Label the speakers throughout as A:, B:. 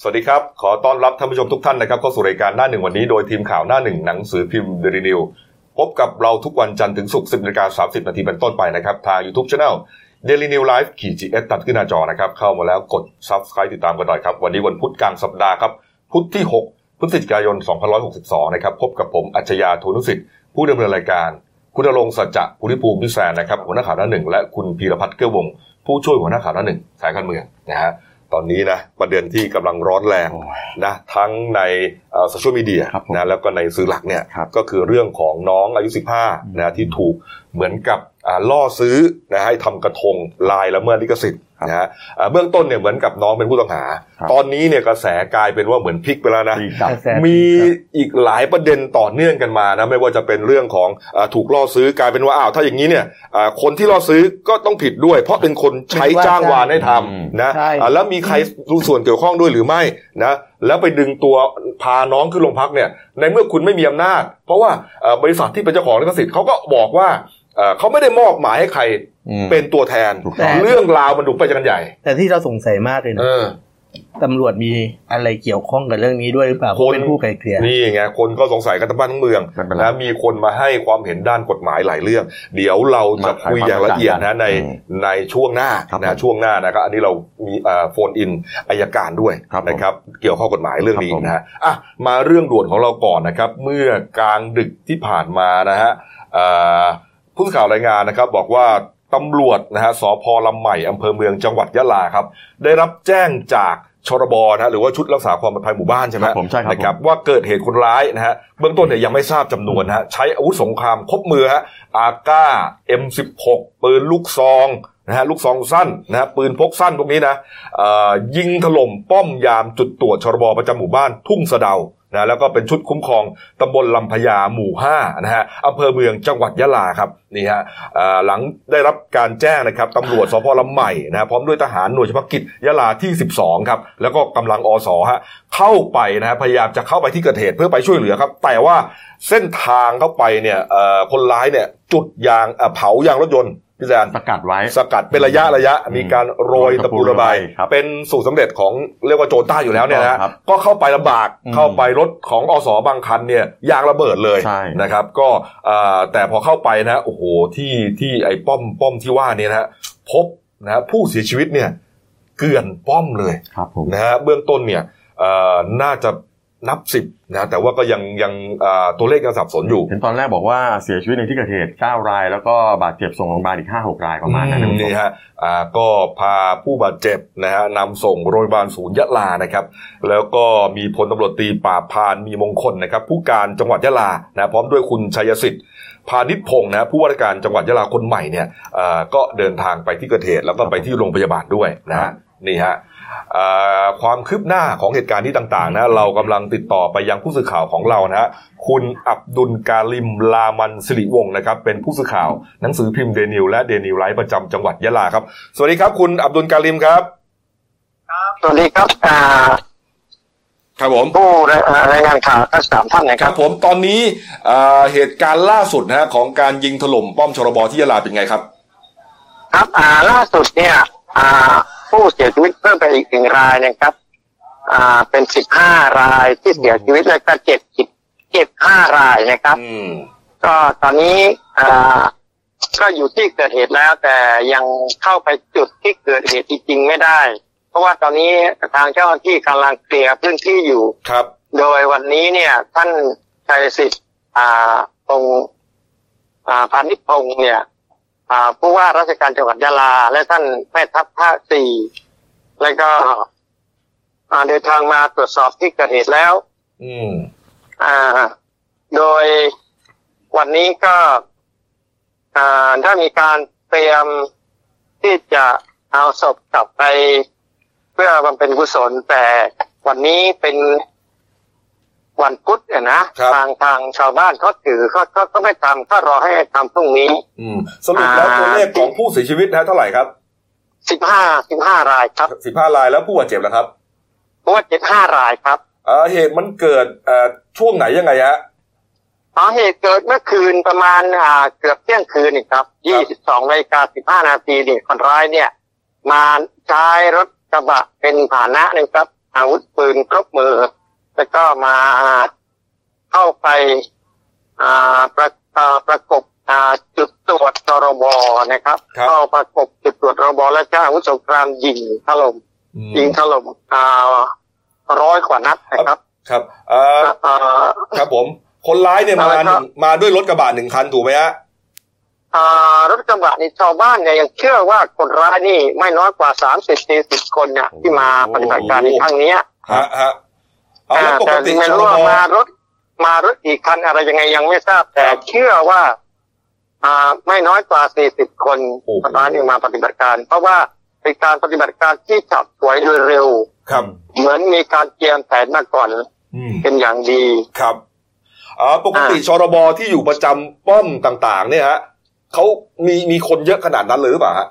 A: สวัสดีครับ ขอต้อนรับท่านผู้ชมทุกท่านนะครับเข้าสู่รายการหน้าหนึ่งวันนี้โดยทีมข่าวหน้าหนึ่งหนังสือพิมพ์เดลินิวพบกับเราทุกวันจันทร์ถึงศุกร์10นาฬิกา30 นาทีเป็นต้นไปนะครับ ทางยูทูบช anel เดลินิวไลฟ์ขีดจีเอสตัดขึ้นหน้าจอนะครับ เข้ามาแล้วกดซับสไครต์ติดตามกันหน่อยครับ วันนี้วันพุธกลางสัปดาห์ครับ พุธที่ 6 พฤศจิกายน 2562 นะครับ พบกับผมอัจฉริยะโทนุสิทธิ์ผู้ดำเนินรายการ คุณณรงค์สัจจะภูริภูมิพิแสนนะครับหัวหน้าข่าวหน้าหนึ่งและคุณพีรพัฒน์เกื้อวงศ์ผู้ช่วยหัวหน้าข่าวหน้าหนึ่งสายการเมืองนะฮะตอนนี้นะประเด็นที่กำลังร้อนแรง
B: โอ้ย
A: นะทั้งในโซเชียลมีเดีย
B: ครับผม
A: นะแล้วก็ในสื่อหลักเนี่ย
B: ครับ
A: ก็คือเรื่องของน้องอายุ 15นะที่ถูกเหมือนกับอ่าล่อซื้อนะให้ทำกระทงลายละเมิดลิขสิทธิ์
B: ครับ
A: นะฮะอ่าเบื้องต้นเนี่ยเหมือนกับน้องเป็นผู้ต้องหา
B: ครับ
A: ตอนนี้เนี่ยกระแสกลายเป็นว่าเหมือนพลิกไปแล้วนะ
B: ตีกลับ
C: กระแสตีกลับ
A: มีอีกหลายประเด็นต่อเนื่องกันมานะไม่ว่าจะเป็นเรื่องของเออถูกล่อซื้อกลายเป็นว่าอ้าวถ้าอย่างนี้เนี่ยเอ่อคนที่ล่อซื้อก็ต้องผิดด้วย เพราะเป็นคนใช้จ้างวานให้ท
B: อืม
A: ำนะ
C: ใช่
A: อ่ะแล้วมีใครรู้ส่วนเกี่ยวข้องด้วยหรือไม่นะแล้วไปดึงตัวพาน้องขึ้นโรงพักเนี่ยในเมื่อคุณไม่มีอำนาจ เพราะว่าเอ่อบริษัทที่เป็นเจ้าของลิขสิทธิ์เขาก็บอกว่าเอ่อเขาไม่ได้มอบหมายให้ใครเป็นตัวแทน
B: ถูกต้อง
A: เรื่องราวมันดูไปกันใหญ่
C: แต่ที่เราสงสัยมากเลย
A: เอ
C: นะ
A: อ
C: ตำรวจมีอะไรเกี่ยวข้องกับเรื่องนี้ด้วยหรือเปล่า
A: คน
C: เขาะเป็นผู้ไกลเกลี่ย
A: นี่ไงคนก็สงสัยกันทั้งบ้านทั้งเมือง
B: ไม่เป็นไร
A: นะมีคนมาให้ความเห็นด้านกฎหมายหลายเรื่อง เดี๋ยวเราจะคุยอย่างละเอียดนะใน
B: อืม
A: ในช่วงหน้า
B: ครับ
A: นะ
B: ผม
A: ช่วงหน้านะครับอันนี้เรามีโฟนอินอายการด้วย
B: ครับผม
A: นะครับ เกี่ยวข้อกฎหมายเรื่องนี้
B: ครับผม
A: นะฮะอ่ะมาเรื่องด่วนของเราก่อนนะครับ เมื่อกลางดึกที่ผ่านมานะฮะเอ่อผู้สื่อข่าวรายงานนะครับ บอกว่าตำรวจนะฮะสพลำใหม่อำเภอเมืองจังหวัดยะลาครับ ได้รับแจ้งจากชรบนะฮะหรือว่าชุดรักษาความปลอดภัยหมู่บ้านใช่ไหม
B: ครับผมใช่ครับ
A: นะครับว่าเกิดเหตุคนร้ายนะฮะเบื้องต้นเนี่ยยังไม่ทราบจำนวนนะฮะใช้อาวุธสงครามครบมือฮะอาก้า M16 ปืนลูกซองนะฮะลูกซองสั้นนะฮะปืนพกสั้นพวกนี้นะเอ่อยิงถล่มป้อมยามจุดตรวจชรบประจำหมู่บ้านทุ่งสะเดานะแล้วก็เป็นชุดคุ้มครองตำบลลำพญาหมู่5นะฮะอำเภอเมืองจังหวัดยะลาครับนี่ฮะเอ่อหลังได้รับการแจ้งนะครับตำรวจสพลำใหม่นะฮะพร้อมด้วยทหารหน่วยเฉพาะกิจยะลาที่ 12ครับแล้วก็กำลังอสฮะ เข้าไปนะฮะพยายามจะเข้าไปที่เกิดเหตุเพื่อไปช่วยเหลือครับ แต่ว่าเส้นทางเข้าไปเนี่ยเอ่อคนร้ายเนี่ยจุดยางเอ่อเผายางรถยนต์พี่แซน
B: ประกาศไว้
A: สกัดเป็นระยะระยะ มีการโรยตะปูระบาย
B: ครับ
A: เป็นสูตรสำเร็จของเรียกว่าโจรใต้อยู่แล้วเนี่ยนะฮะ
B: ครับ
A: ก็เข้าไปลำบาก
B: อืม
A: เข้าไปรถของอสบางคันเนี่ยยางระเบิดเลย
B: ใช่
A: นะครับ ก็เอ่อแต่พอเข้าไปนะฮะโอ้โหที่ที่ไอ้ป้อมป้อมที่ว่าเนี่ยนะฮะพบนะฮะผู้เสียชีวิตเนี่ยเกลื่อนป้อมเลย
B: ครับผม
A: นะฮะเบื้องต้นเนี่ยเอ่อน่าจะนับสิบนะแต่ว่าก็ยังยังเอ่อตัวเลขยังสับสนอยู่
B: เห็นตอนแรกบอกว่าเสียชีวิตในที่เกิดเหตุ 9 ราย แล้วก็บาดเจ็บส่งโรงพยาบาลอีก 5 6 รายประมาณนั้น
A: อื
B: นะคุณผู้
A: นี่
B: ชม
A: ฮะอ่าก็พาผู้บาดเจ็บนะฮะนำส่งโรงพยาบาลศูนย์ยะลานะครับ แล้วก็มีพลตำรวจตรีป่าบพานมีมงคลนะครับ ผู้การจังหวัดยะลานะพร้อมด้วยคุณชัยสิทธิ์พาณิชพงศ์นะผู้ว่าราชการจังหวัดยะลาคนใหม่เนี่ยเอ่อก็เดินทางไปที่เกิดเหตุแล้วก็ไปที่โรงพยาบาลด้วยนะ
B: ครั
A: ฮะ
B: บ
A: นี่ฮะ อ่าความคืบหน้าของเหตุการณ์ที่ต่างๆนะเรากำลังติดต่อไปยังผู้สื่อข่าวของเรานะฮะคุณอับดุลกาลิมลามันสิริวงศ์นะครับ เป็นผู้สื่อข่าวหนังสือพิมพ์เดนิวและเดนิวไลฟ์ประจำจังหวัดยะลาครับ สวัสดีครับ คุณอับดุลกาลิมครับ
D: สวัสดีครับอ่า
A: ครับผม
D: ผู้รายงานข่าวทั้งสามท่าน
A: ค
D: นะครั
A: รั
D: บบ
A: ผมตอนนี้อ่าเหตุการณ์ล่าสุดนะฮะของการยิงถล่มป้อมชรบที่ยะลาเป็นไงครับ
D: ครับอ่าล่าสุดเนี่ยอ่าผู้เสียชีวิตเพิ่มไปอีกหนึ่งรายนะครับอ่าเป็นสิบห้ารายที่เสียชีวิตแล้วก็เจ็ดสิบเจ็ดห้ารายนะครับ
A: อืม
D: ก็ตอนนี้อ่าก็อยู่ที่เกิดเหตุแล้ว แต่ยังเข้าไปจุดที่เกิดเหตุจริงๆไม่ได้ เพราะว่าตอนนี้ทางเจ้าหน้าที่กำลังเคลียร์พื้นที่อยู่
A: ครับ
D: โดยวันนี้เนี่ยท่านชัยสิทธิ์อ่าพงศ์อ่าพานิชพงศ์เนี่ยอ่าผู้ว่าราชการจังหวัดยะลา และท่านแม่ทัพภาคสี่และก็อ่าเดินทางมาตรวจสอบที่เกิดเหตุแล้ว
A: อืม
D: อ่า โดยวันนี้ก็อ่าถ้ามีการเตรียมที่จะเอาศพกลับไป เพื่อบำเพ็ญกุศลแต่วันนี้เป็นวันพุธอะนะทางทางชาวบ้านเขาถือเขาเขาเขาไม่ทำเขารอให้ทำพรุ่งนี้
A: อืมสรุปแล้ว
D: อ่า
A: ตัวเลขของผู้เสียชีวิตนะฮะเท่าไหร่ครับ
D: สิบห้าสิบห้ารายครับ
A: สิบห้ารายแล้วผู้บาดเจ็บนะครับ
D: เพราะว่าเจ็ดห้ารายครับ
A: เอ่อเหตุมันเกิดเอ่อช่วงไหนยังไงฮะ
D: สาเหตุเกิดเมื่อคืนประมาณอ่าเกือบเที่ยงคืนนี่ครับยี่สิบสองนาฬิกาสิบห้านาทีเนี่ยคนร้ายเนี่ย มาใช้รถกระบะเป็นพาหนะนะครับ อาวุธปืนครบมือ แล้วก็มาเข้าไปอ่าประอ่าประกบอ่าจุดตรวจตรบนะครับ
A: ครับ
D: เข้าประกบจุดตรวจตรบและก็อาวุธสงครามยิงถล่ม
A: อืม
D: ยิงถล่มอ่าร้อยกว่านัดนะครับ
A: ครับเอ่อ
D: อ่า
A: ครับผม คนร้ายเนี่ยมา
D: อะไร
A: ห
D: ครับ
A: นึ่งมาด้วยรถกระบะหนึ่งคันถูกไหมฮะ
D: อ่ารถกระบะนี่ชาวบ้านเนี่ยยังเชื่อว่าคนร้ายนี่ไม่น้อยกว่าสามสิบสี่สิบคนเนี่ยที่มา
B: โอ้โห
D: ปฏิบัติการในครั้งเนี้ย
A: ฮะฮะเอาแล้ว
D: อ่า
A: ปก
D: แต่
A: ติ
D: ไม่
A: ชล
D: รู้ว่า
A: บ
D: มารถมารถกี่คันอะไรยังไงยังไม่ทราบ แต่เชื่อว่า อ่าไม่น้อยกว่าสี่สิบคนคนร้ายนี่มาปฏิบัติการ เพราะว่าเป็นการปฏิบัติการที่จับสวยโดยเร็ว
A: ครับ
D: เหมือนมีการเตรียมแผนมาก่อน
A: อืม
D: เป็นอย่างดี
A: ครับเอาปกติชรบที่อยู่ประจำป้อมต่าง ๆ เนี่ยฮะเขามีมีคนเยอะขนาดนั้นเลยหรือเปล่าฮะ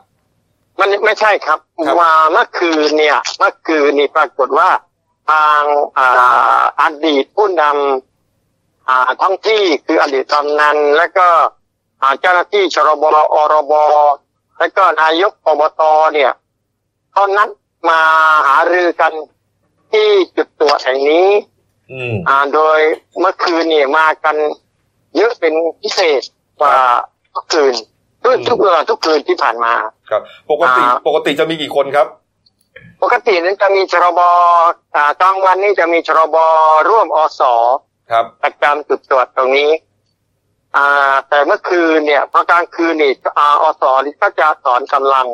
D: มันไม่ใช่ครับ
A: ครับ
D: ว่าเมื่อคืนเนี่ยเมื่อคืนนี่ปรากฏว่าทางอ่าอดีตผู้นำอ่าท้องที่คืออดีตกำนันและก็อ่าเจ้าหน้าที่ชรบอรบและก็นายกอบตเนี่ยตอนนั้นมาหารือกันที่จุดตรวจแห่งนี้
A: อืม
D: อ่าโดยเมื่อคืนเนี่ยมากันเยอะเป็นพิเศษกว่าทุกคืนทุกทุกเวลาทุกคืนที่ผ่านมา
A: ครับ ปกติ
D: อ่า
A: ปกติจะมีกี่คนครับ
D: ปกตินั้นจะมีชรบอ่ากลางวันนี่จะมีชรบร่วมอส
A: ครับ
D: ประจำจุดตรวจตรงนี้ อ่า แต่เมื่อคืนเนี่ยพอกลางคืนนี่อาอสนี่ก็จะสอนกำลัง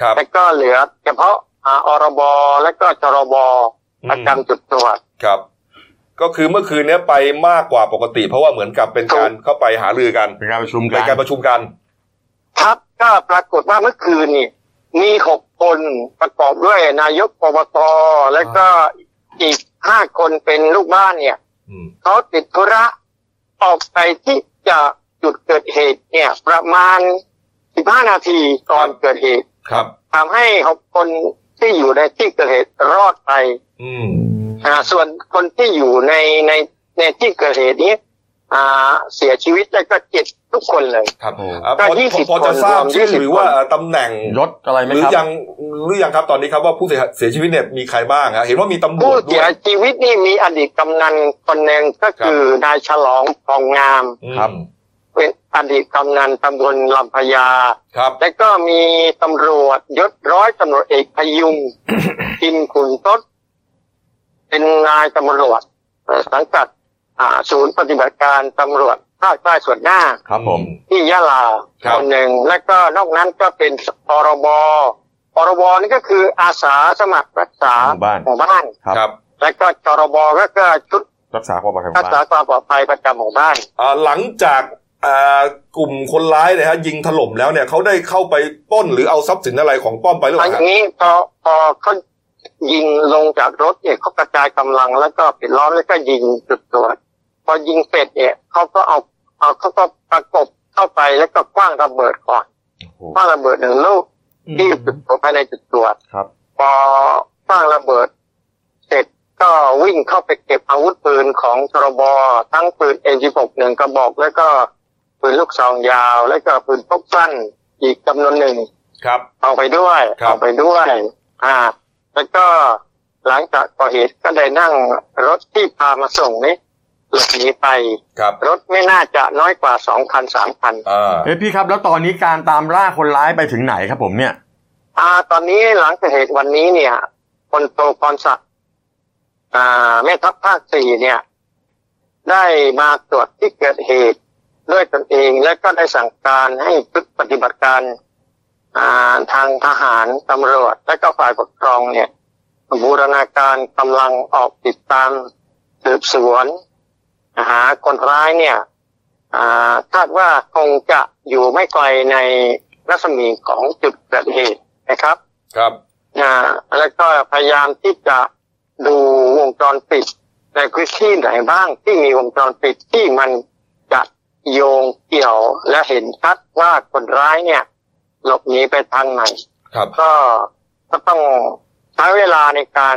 A: ครับ
D: แล้วก็เหลือ เฉพาะอ่าอรบและก็ชรบ
A: อืม
D: ประจำจุดตรวจ
A: ครับ ก็คือเมื่อคืนเนี้ยไปมากกว่าปกติ เพราะว่าเหมือนกับเป็นการเข้าไปหารือกัน
B: เป็นการประชุมกั
A: เป็น นการประชุมกัน
D: ครับก็ปรากฏว่าเมื่อคืนนี่มีหกคนประกอบด้วยนายกอบตและก็อีกห้าคนเป็นลูกบ้านเนี่ย
A: อืม
D: เขาติดธุระออกไปที่จะจุดเกิดเหตุเนี่ย ประมาณ 15 นาทีก่อนเกิดเหตุ
A: ครับ
D: ทำให้หกคนที่อยู่ในที่เกิดเหตุรอดไป
A: อืม
D: อ่าส่วนคนที่อยู่ในในในที่เกิดเหตุนี้อ่าเสียชีวิตแล้วก็เจ็บทุกคนเลย
A: ครับ
B: โอ้
A: อ่าพอ
D: ก็ยี่สิบ
A: พอจะ
D: คน
A: ทราบ
D: รวม
A: ชื่อ
D: ยี่สิบ
A: หรือว่า
D: คน
A: ตำแหน่ง
B: ยศอะไรไหม
A: หรื
B: ค
A: อ
B: รับ
A: ยังหรือยังครับตอนนี้ครับว่าผู้เสียเสียชีวิตเนี่ยมีใครบ้างฮะเห็นว่ามีตำร
D: ผู้
A: วจด้
D: เสี
A: วย ย
D: ชีวิตนี่มีอดีตกำนันคนหนึ่งก็คือนายฉลองทองงาม
A: อืม
B: ครับ
D: เป็นอดีตกำนันตำบลลำพญา
A: ครับ
D: แล้วก็มีตำรวจยศร้อยตำรวจเอกพยุ ง กินขุนทศเป็นนายตำรวจเอ่อสังกัดอ่าศูนย์ปฏิบัติการตำรวจภาคใต้ส่วนหน้า
B: ครับผม
D: ที่ยะลา
A: ครับ
D: คนหนึ่ง และก็นอกนั้นก็เป็นปรบปรบนี่ก็คืออาสาสมัครรักษา
B: หมู่บ้าน
D: หมู่บ้าน
B: ครับ
A: ครับ
D: และก็จรบก็คือชุด
B: รักษาความปลอดภัยขอ
D: รั
B: ง
D: กษา
B: บ้าน
D: ความปลอดภัยประจำหมู่บ้าน
A: อ่าหลังจากอ่ากลุ่มคนร้ายเนี่ยฮะยิงถล่มแล้วเนี่ยเขาได้เข้าไปปล้นหรือเอาทรัพย์สินอะไรของป้อมไปหรือ
D: ห
A: เป
D: ลัง
A: ล่า
D: จา
A: ฮะ
D: กนี้พอพอเขายิงลงจากรถเนี่ยเขากระจายกำลังแล้วก็ปิดล้อมแล้วก็ยิงจุดตรวจพอยิงเสร็จเนี่ยเขาก็เอาเอาเขาก็ประกบเข้าไปแล้วก็คว้างระเบิดก่อน
B: โอ้โห
D: คว้างระเบิดหนึ่งลูกที่จุดตรวจภายในจุดตรวจ
B: ครับ
D: พอคว้างระเบิด เสร็จก็วิ่งเข้าไปเก็บอาวุธปืนของทรบทั้งปืน M16 หนึ่งกระบอก แล้วก็ปืนลูกซองยาว แล้วก็ปืนพกสั้นอีกจำนวนหนึ่ง
A: ครับ
D: เอาไปด้วย
A: ครับ
D: เอาไปด้วย อ่า แล้วก็หลังจากก่อเหตุก็ได้นั่งรถที่พามาส่งนี้หลบหนีไป
A: ครับ
D: รถไม่น่าจะน้อยกว่าสองคันสามคัน
A: อ่า
B: เอ้ยพี่ครับ แล้วตอนนี้การตามล่าคนร้ายไปถึงไหนครับผมเนี่ย
D: อ่า ตอนนี้หลังเกิดเหตุวันนี้เนี่ยพลโทพรศักดิ์อ่าแม่ทัพภาคสี่เนี่ย ได้มาตรวจที่เกิดเหตุด้วยตนเองและก็ได้สั่งการให้ชุดปฏิบัติการ อ่าทางทหารตำรวจ และก็ฝ่ายปกครองเนี่ย บูรณาการกำลังออกติดตามสืบสวน หาคนร้ายเนี่ย อ่าคาดว่าคงจะอยู่ไม่ไกลในรัศมีของจุดเกิดเหตุนะครับ
A: ครับ
D: อ่าแล้วก็พยายามที่จะดูวงจรปิดในพื้นที่ไหนบ้างที่มีวงจรปิดที่มันจะโยงเกี่ยวและเห็นชัดว่าคนร้ายเนี่ย หลบหนีไปทางไหน
A: ครับ
D: ก็ก็ต้องใช้เวลาในการ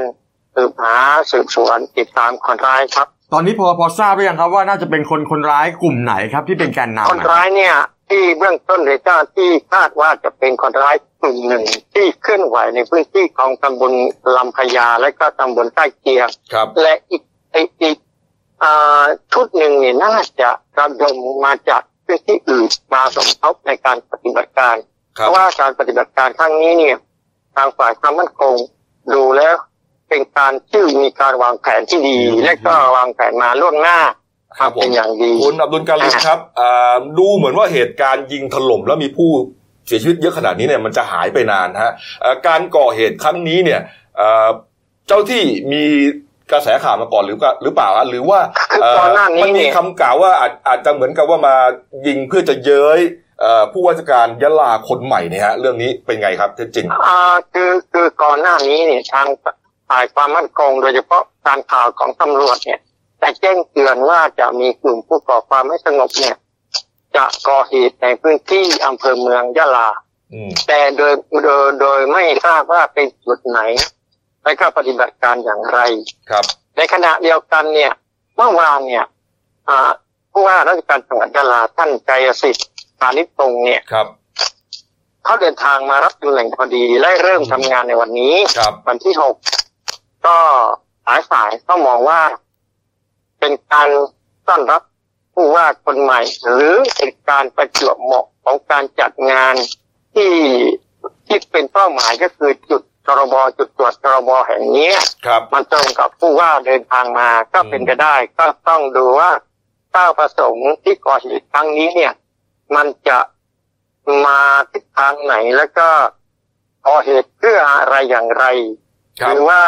D: สืบหาสืบสวนติดตามคนร้ายครับ
B: ตอนนี้พอพอทราบหรือยังครับว่าน่าจะเป็นคนคนร้ายกลุ่มไหนครับที่เป็นแกนนำ
D: คน
B: อะ
D: ร้ายเนี่ย ที่เบื้องต้นเลยเจ้าหน้าที่คาดว่าจะเป็นคนร้ายกลุ่มหนึ่ง ที่เคลื่อนไหวในพื้นที่ของตำบลลำพญาและก็ตำบลใกล้เคียง
A: ครับ
D: และอีกไอ้อีกอ่าชุดหนึ่งเนี่ยน่าจะระดมมาจากพื้นที่อื่นมาสมทบในการปฏิบัติการ
A: ค
D: เพ
A: รับ
D: ราะว่าการปฏิบัติการครั้งนี้เนี่ย ทางฝ่ายความมั่นคงดูแล้วเป็นการที่มีการวางแผนที่ดี และก็วางแผนมาล่วงหน้า
A: ครับผ
D: เป็
A: ม
D: นอย่างดี
A: คุณอับดุลการิมครับอ่าดูเหมือนว่าเหตุการณ์ยิงถล่มแล้วมีผู้เสียชีวิตเยอะขนาดนี้เนี่ยมันจะหายไปนานฮะเอ่อการก่อเหตุครั้งนี้เนี่ยเอ่อเจ้าที่มีกระแสข่าวมาก่อนหรือเปล่าหรือเปล่าฮะหรือว่า
D: คือ
A: เอ่อ
D: ก่อนหน้านี้
A: มันมี
D: เนี่ย
A: คำกล่าวว่าอาจอาจจะเหมือนกับว่ามายิงเพื่อจะเย้ยเอ่อผู้ว่าราชการยะลาคนใหม่เนี่ยฮะเรื่องนี้เป็นไงครับเท็จจริง
D: อ่าคือคือก่อนหน้านี้เนี่ยทางฝ่ายความมั่นคง โดยเฉพาะการข่าวของตำรวจเนี่ยได้แจ้งเตือนว่าจะมีกลุ่มผู้ก่อความไม่สงบเนี่ย จะก่อเหตุในพื้นที่อำเภอเมืองยะลา
A: อืม
D: แต่โดยโดยโดยไม่ทราบว่าเป็นจุดไหน และก็ปฏิบัติการอย่างไร
A: ครับ
D: ในขณะเดียวกันเนี่ยเมื่อวานเนี่ยอ่าผู้ว่าราชการจังหวัดยะลาท่านไกายสิทธิ์พานิชพงศ์เนี่ย
A: ครับ
D: เขาเดินทางมารับตำแหน่งพอดีและเริ่มทำงานในวันนี้
A: ครับ
D: วันที่หกก็หลายฝ่ายก็มองว่า เป็นการต้อนรับผู้ว่าคนใหม่ หรือเป็นการประจวบเหมาะของการจัดงานที่ที่เป็นเป้าหมายก็คือจุดตรบจุดตรวจตรบแห่งเนี้ย
A: ครับ
D: มันตรงกับผู้ว่าเดินทางมาก็เป็นไปได้ ก็ต้องดูว่าเป้าประสงค์ที่ก่อเหตุครั้งนี้เนี่ย มันจะมาทิศทางไหนแล้วก็ก่อเหตุเพื่ออะไรอย่างไร
A: ค
D: ห
A: รับ
D: รือว่า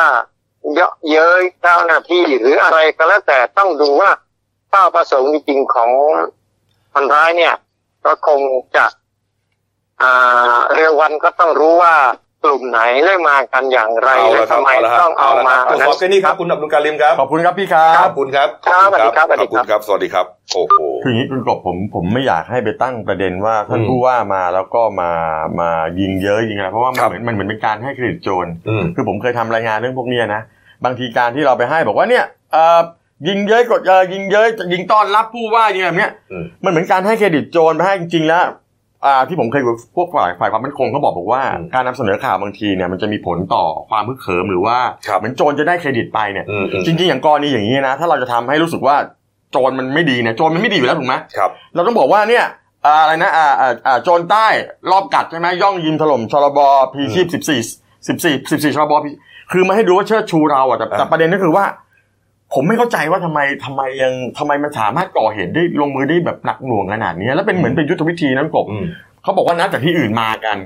D: เยาะเย้ยเจ้าหน้าที่หรืออะไรก็แล้วแต่ต้องดูว่าเป้าประสงค์จริงๆของคนร้ายเนี่ย ก็คงจะอ่าเร็ววันก็ต้องรู้ว่ากลุ่มไหนได้มากันอย่างไร
A: เอา
D: และ
A: ละครับ
D: ทำไม
A: เอาละ
D: ต้องเอามา
A: ตรวจสอบแค่นี้ครับคุณอับดุลการิมครับ
B: ขอบคุณครับพี่ครับ
A: ขอบคุณครับ
D: ครับสวัสดีครับส
A: ข
D: วัส
A: อ
D: ดี
A: บ
D: ค
A: คุ
D: รั
A: ณ
D: บ
A: ครับ สวัสดีครับ โอ้โห
B: คืออย่างนี้คุณกบผมผมไม่อยากให้ไปตั้งประเด็นว่าท่าน
A: อืม
B: ผู้ว่ามาแล้วก็มามายิงเยอะยิงอะไรเพราะว่า
A: ค
B: มั
A: รั
B: น
A: บ
B: เหมือนมันเหมือนเป็นการให้เครดิตโจร
A: อืม
B: คือผมเคยทำรายงานเรื่องพวกเนี้ยนะบางทีการที่เราไปให้บอกว่าเนี่ยเอ่อยิงเย้ยกดเอ่อยิงเย้ยยิงต้อนรับผู้ว่ายิงอะไรแบบเนี้ย
A: อืม
B: มันเหมือนการให้เครดิตโจรไปให้จริงๆแล้วอ่าที่ผมเคยคุยกับพวกฝ่ายฝ่ายความมั่นคงเขาบอกบอกว่า การนำเสนอข่าวบางทีเนี่ยมันจะมีผลต่อความพึกเขิมหรือว่าเหมือนโจรจะได้เครดิตไปเนี่ย
A: อืมอืม
B: จริงๆอย่างกรณีอย่างนี้นะถ้าเราจะทำให้รู้สึกว่าโจรมันไม่ดีเนี่ยโจรมันไม่ดีอยู่แล้วถูกไหม
A: ครับ
B: เราต้องบอกว่าเนี่ยอ่าอะไรนะอ่าอ่าอ่าโจรใต้รอบกัดใช่ไหมย่องยิงถล่มชลบพีชีพสิบสี่สิบสี่สิบสี่ชลบพีคือมาให้ดูว่าเชิดชูเราอ่ะแต่แต่
A: อ่า
B: ประเด็นก็คือว่า ผมไม่เข้าใจว่าทำไมทำไมยังทำไมมันสามารถก่อเหตุได้ลงมือได้แบบหนักหน่วงขนาดนี้ แล้วเป็นเหมือนเป็นยุทธวิธีนั้นกบ
A: อืม
B: เขาบอกว่านัดจากที่อื่นมากัน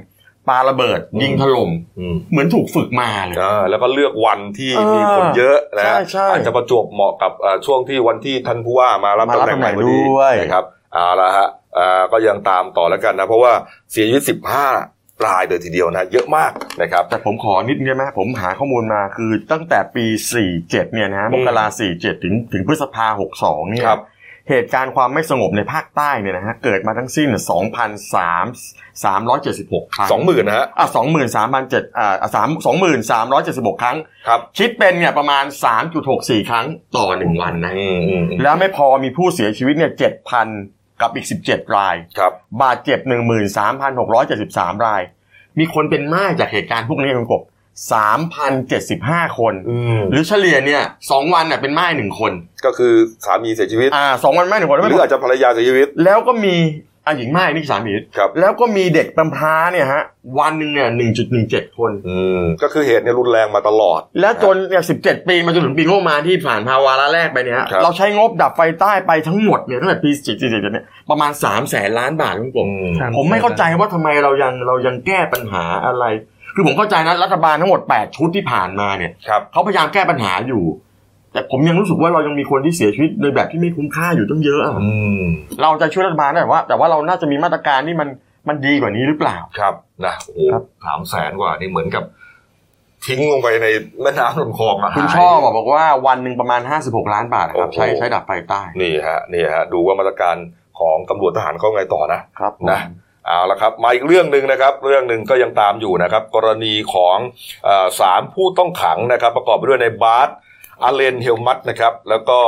B: ปาระเบิด ยิงถล่ม
A: อืม
B: เหมือนถูกฝึกมาเลย
A: อ่าแล้วก็เลือกวันที่
B: เออ
A: มีคนเยอะนะ
B: ใช่ใช่
A: อาจจะประจวบเหมาะกับอ่าช่วงที่วันที่ท่านผู้ว่ามารับ
B: มา
A: ตำ
B: รับ
A: แหน่ง
B: ตำแหน่ง
A: พอดี
B: ด้วย
A: นะครับเอาละฮะอ่าก็ยังตามต่อแล้วกันนะ เพราะว่าเสียชีวิตสิบห้ารายเลยทีเดียวนะ เยอะมากนะครับ
B: แต่ผมขอนิดนึงได้ไหมผมหาข้อมูลมาคือตั้งแต่ปี 47 เนี่ยนะฮะ
A: อื
B: ม
A: ม
B: กรา47 ถึงถึงพฤษภา 62 เนี่ย
A: ครับ
B: เหตุการณ์ความไม่สงบในภาคใต้เนี่ยนะฮะเกิดมาทั้งสิ้น 2,376 ครั้ง
A: สองหมื่นนะฮะ
B: อ่ะ23,700อ่าสามสองหมื่นสามร้อยเจ็ดสิบหกครั้ง
A: ครับ
B: คิดเป็นเนี่ยประมาณ 3.64 ครั้งต่อ 1 วันนะ
A: อืมอืมอืม
B: แล้วไม่พอมีผู้เสียชีวิตเนี่ย7,000 กับอีก 17 ราย
A: ครับ
B: บาดเจ็บ 13,673 ราย มีคนเป็นม่ายจากเหตุการณ์พวกนี้คุณกบ3,075 คน
A: อืม
B: หรือเฉลี่ยเนี่ยสองวันน่ะเป็นม่ายหนึ่งคน
A: ก็คือสามีเสียชีวิต
B: อ่าสองวันม่ายหนึ่งคน
A: ห
B: ไม่
A: รือ
B: พ
A: อา
B: อ
A: จจะภรรยาเสียชีวิต
B: แล้วก็มีอ่ะหญิงม่ายนี่สามี
A: ครับ
B: แล้วก็มีเด็กบำพร้าเนี่ยฮะวันหนึ่งเนี่ย1.17 คน
A: อืมก็คือเหตุเนี่ยรุนแรงมาตลอด
B: แล้วจนเนี่ย17 ปีมาจนถึงปีงบประมาณที่ผ่านภาวาระแรกไปเนี่ยฮะ
A: ครับ
B: เราใช้งบดับไฟใต้ไปทั้งหมดเนี่ยตั้งแต่ปี47เนี่ยประมาณ3แสนล้านบาทคุณกบ
A: อืม
C: ครับ
B: ผมไม่เข้าใจว่าทำไมเรายังเรายังแก้ปัญหาอะไร คือผมเข้าใจนะรัฐบาลทั้งหมด 8 ชุดที่ผ่านมาเนี่ย
A: ครับ
B: เขาพยายามแก้ปัญหาอยู่ แต่ผมยังรู้สึกว่าเรายังมีคนที่เสียชีวิตในแบบที่ไม่คุ้มค่าอยู่ตั้งเยอะอะ
A: อืม
B: เราจะช่วยรัฐบาลได้แต่ว่า แต่ว่าเราน่าจะมีมาตรการที่มันมันดีกว่านี้หรือเปล่า
A: ครับนะโอ้โห
B: ครับ
A: สามแสนกว่านี่เหมือนกับ ทิ้งลงไปในแม่น้ำลำคลองอะ
B: คุณ
A: หาย
B: ช่อบอกบอกว่าวันหนึ่งประมาณ 56 ล้านบาทครับ
A: โอ้โห
B: ใช้ใช้ดับไฟใต้
A: นี่ฮะนี่ฮะ ดูว่ามาตรการของตำรวจทหารเขาไงต่อนะ
B: ครับผม
A: นะ เอาละครับมาอีกเรื่องหนึ่งนะครับ เรื่องหนึ่งก็ยังตามอยู่นะครับ กรณีของเออสามผู้ต้องขังนะครับ ประกอบไปด้วยในบาส อาเลนเฮลมัตนะครับ แล้วก็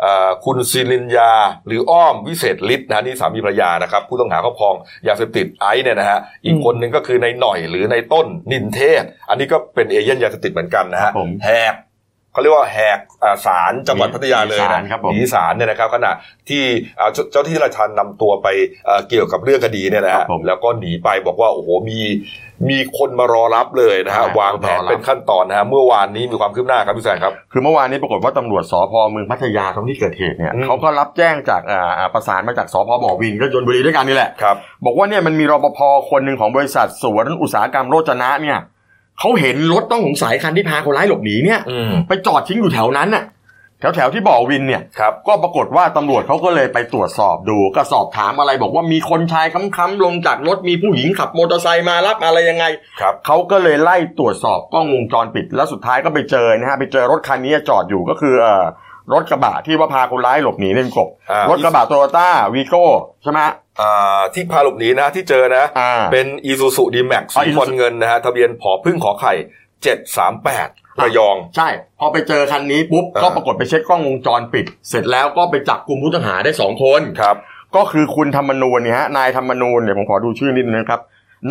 A: เอ่อคุณซิลินยา หรืออ้อมวิเศษฤทธิ์นะฮะนี่สามีภรรยานะครับ ผู้ต้องหาครอบครองยาเสพติดไอซ์เนี่ยนะฮะอีกคนหนึ่งก็คือในหน่อยหรือในต้นนินเทศ อันนี้ก็เป็นเอเย่นยาเสพติดเหมือนกันนะ
B: ครั
A: ฮะ
B: บผม
A: แหกเขาเรียกว่าแหกอ่าศาลจังหวัดพัทยาเลย
B: หนีศา
A: นะ
B: ลครับผม
A: หนีศาลเนี่ยนะครับขณะที่อ่าเจ้าเจ้าที่ราชทันนำตัวไปเอ่อเกี่ยวกับเรื่องคดีเนี่ยนะ
B: ครั
A: ฮะ
B: บผม
A: แล้วก็หนีไปบอกว่าโอ้โหมีมีคนมารอรับเลยนะฮะ
B: ใช่
A: วางแผน
B: รอรับ
A: เป็นขั้นตอนนะฮะเมื่อวานนี้มีความคืบหน้าครับพี่แซงครับ
B: คือเมื่อวานนี้ปรากฏว่าตำรวจสพเมืองพัทยาท้องที่เกิดเหตุเนี่ย
A: อืม
B: เขาก็รับแจ้งจากอ่าอ่าประสานมาจากสพบ่อวินก็ยนบุรีด้วยกันนี่แหละ
A: ครับ
B: บอกว่าเนี่ยมันมีรปภคนหนึ่งของบริษัทสวนอุตสาหกรรมโรจนะเนี่ยเขาเห็นรถต้องสงสัยคันที่พาคนร้ายหลบหนีเนี่ย
A: อืม
B: ไปจอดทิ้งอยู่แถวนั้นน่ะแถวแถวๆที่บ่อวินเนี่ย
A: ครับ
B: ก็ปรากฏว่าตำรวจเขาก็เลยไปตรวจสอบดู ก็สอบถามอะไรบอกว่ามีคนชายค้ำๆลงจากรถมีผู้หญิงขับมอเตอร์ไซค์มารับอะไรยังไง
A: ครับ
B: เขาก็เลยไล่ตรวจสอบกล้องวงจรปิด แล้วสุดท้ายก็ไปเจอนะฮะไปเจอรถคันนี้จอดอยู่ก็คือเอ่อรถกระบะที่ว่าพาคนร้ายหลบหนีเล่นกบ
A: อ่าร ร
B: ถกระบะโตโยต้าวีโก้ใช่ไหม
A: อ่าที่พาหลบหนีนะที่เจอนะ
B: อ่า
A: เป็นอีซูซูดีแม็กซ์
B: อ๋อ
A: สีบรอ
B: Isuzu
A: นเงินนะฮะทะเบียนผอพึ่งขอไข่เจ็ดสามแปดระยอง
B: ใช่ พอไปเจอคันนี้ปุ๊บ
A: อ่า
B: ก็ปรากฏไปเช็คกล้องวงจรปิด เสร็จแล้วก็ไปจับกลุ่มผู้ต้องหาได้สองคน
A: ครับ
B: ก็คือคุณธรรมนูญเนี่ยฮะนายธรรมนูญเนี่ยผมขอดูชื่อนิดนึงนะครับ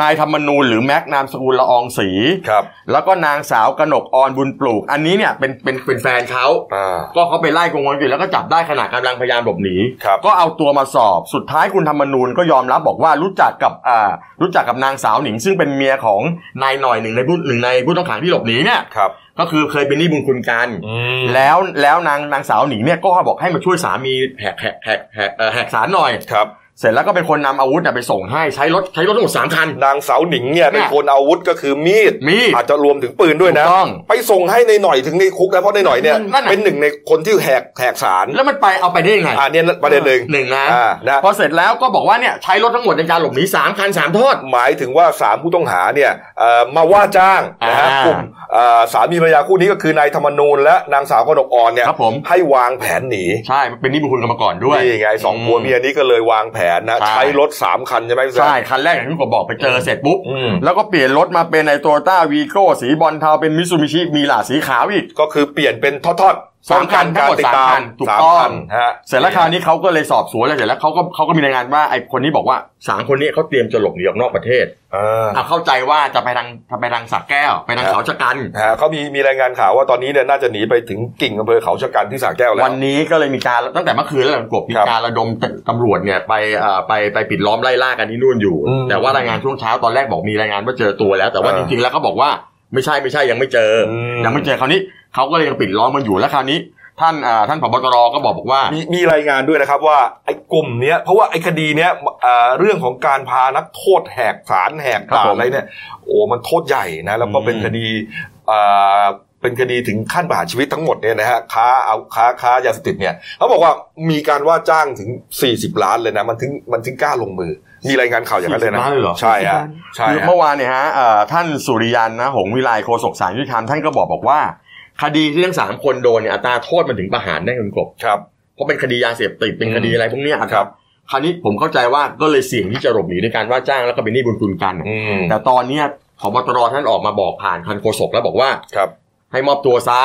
B: นายธรรมนูญหรือแม็กนามสกุลละอองศรี
A: ครับ
B: แล้วก็นางสาวกนกออนบุญปลูก อันนี้เนี่ยเป็นเป็นเป็นแฟนเขา
A: อ่า
B: ก็เขาไปไล่กงวนอยู่แล้วก็จับได้ขณะกำลังพยายามหลบหนี
A: ครับ
B: ก็เอาตัวมาสอบสุดท้ายคุณธรรมนูญก็ยอมรับบอกว่ารู้จักกับอ่ารู้จักกับนางสาวหนิง ซึ่งเป็นเมียของนายหน่อยหนึ่งในผู้หนึ่งในผู้ต้องขังที่หลบหนีเนี่ย
A: ครับ
B: ก็คือเคยเป็นหนี้บุญคุณกัน
A: อืม
B: แล้วแล้วนางนางสาวหนิงเนี่ยก็บอกให้มาช่วยสามีแหกแหกแหกแหกเอ่อแหกสารหน่อย
A: ครับ
B: เสร็จแล้วก็เป็นคนนำอาวุธน่ะไปส่งให้ใช้รถใช้รถทั้งหมดสามคัน
A: นางสาวหนิงเนี่ย
B: เนี่ย
A: เป็นคนเอาอาวุธก็คือมีด
B: มี
A: อาจจะรวมถึงปืนด้วย
B: ถู
A: นะ
B: กต้อง
A: ไปส่งให้ในหน่อยถึงในคุกนะเพราะในหน่อยเนี่ย
B: นั่นน่ะ
A: เป็นหนึ่งในคนที่แหกแหกสาร
B: แล้วมันไปเอาไปได้ยังไง
A: อ่าเนี่ยประเด็นหนึ่ง
B: หนึ่งนะ
A: อ่านะ
B: พอเสร็จแล้วก็บอกว่าเนี่ยใช้รถทั้งหมดในการหลบหนีสามคันสามทอด
A: หมายถึงว่าสามผู้ต้องหาเนี่ยเอ่อมาว่าจ้างนะฮะ
B: อ่าก ก
A: ลุ่มเอ่อสามีภรรยาคู่นี้ก็คือนายธรรมนูญและนางสาวกนกอ่อนเนี่ย
B: ครับผม
A: ให้วางแผนหนี
B: ใช่มันเป็นหนี่บุญคุณกันมาก่อนด้วย
A: นี่ไงสองผัวเมียนี้ก็เลยวางแผนนะ
B: ใช่
A: ใช้รถสามคันใช่ไหมพี่แซม
B: ใช่คันแรกอย่างที่ผมบอกไปเจอเสร็จปุ๊บ
A: อืม
B: แล้วก็เปลี่ยนรถมาเป็นในโตโยต้าวีโก้สีบอลเทาเป็นมิซูบิชิมีหลาสีขาวอีก
A: ก็คือเปลี่ยนเป็นทอดๆ
B: สามคันทั้งหมด
A: ป้องกัรติดตาม
B: สามคันถูก
A: สาม
B: ต้อง
A: คันฮะ
B: เสร็จแล้วคราวนี้เขาก็เลยสอบสวนแล้วเสร็จแล้วเขาก็เขาก็มีรายงานว่าไอ้คนนี้บอกว่าสามคนนี้เขาเตรียมจะหลบหนีออกนอกประเทศอ่ะเข้าใจว่าจะไปทางจะไปทางสระแก้ว ไปทางเขาชะกัน
A: นะฮะเขามีมีรายงานข่าวว่าตอนนี้เนี่ยน่าจะหนีไปถึงกิ่งอำเภอเขาชะกันที่สระแก้วแล้ว
B: วันนี้ก็เลยมีการตั้งแต่เมื่อคืนแล้วกบมี
A: ครับ
B: การระดมตำรวจเนี่ยไปเอ่อไปไปปิดล้อมไล่ล่ากันที่นู่นอยู่
A: อืม
B: แต่ว่ารายงานช่วงเช้าตอนแรกบอกมีรายงานว่าเจอตัวแล้ว แต่ว่า
A: อ่า
B: จริงๆแล้วเขาบอกว่าไม่ใช่ไม่ใช่ยังไม่เจออ
A: ม
B: ยังไม่เจอคราวนี้เขาก็เลยยังปิดล้อมมันอยู่แล้วคราวนี้ ท่านอ่าท่านผบตรก็บอกบอกว่า
A: มีมีรายงานด้วยนะครับว่าไอ้กลุ่มเนี้ยเพราะว่าไอ้คดีเนี้ยเอ่อเรื่องของการพานักโทษแหกศาลแหก
B: ครับ
A: ด่าน
B: ผม
A: อะไรเนี่ยโอ้มันโทษใหญ่นะแล้วก็
B: อืม
A: เป็นคดีเอ่อเป็นคดีถึงขั้นประหารชีวิตทั้งหมดเนี่ยนะฮะค้าเอาค้าค้ายาเสพติดเนี่ยเขาบอกว่ามีการว่าจ้างถึง 40 ล้านเลยนะมันถึงมันถึงกล้าลงมือ มีรายงานข่าวอย่างนั้นเลยนะ
B: 40ล้านเลยเหรอ
A: ใช่ฮะใช่
B: คือ
A: ฮะ
B: เมื่อวานเนี่ยฮะเอ่อท่านสุริยันนะหงส์วิไลโฆษกสารยุติธรรมท่านก็บอกบอกว่า คดีที่ทั้งสามคนโดนเนี่ยอัตราโทษมันถึงประหารได้คุณกบ
A: ครับ
B: เพราะเป็นคดียาเสพติดเป็นคดีอะไรพวกเนี้ย
A: ค
B: ค
A: รั
B: รับ บ คราวนี้ผมเข้าใจว่าก็เลยเสี่ยงที่จะหลบหนีในการว่าจ้างแล้วก็เป็นหนี้บุญคุณกัน
A: อืม
B: แต่ตอนเนี้ยพบตรท่านออกมาบอกผ่านคันโฆษกแล้วบอกว่า
A: ครับ
B: ให้มอบตัวซะ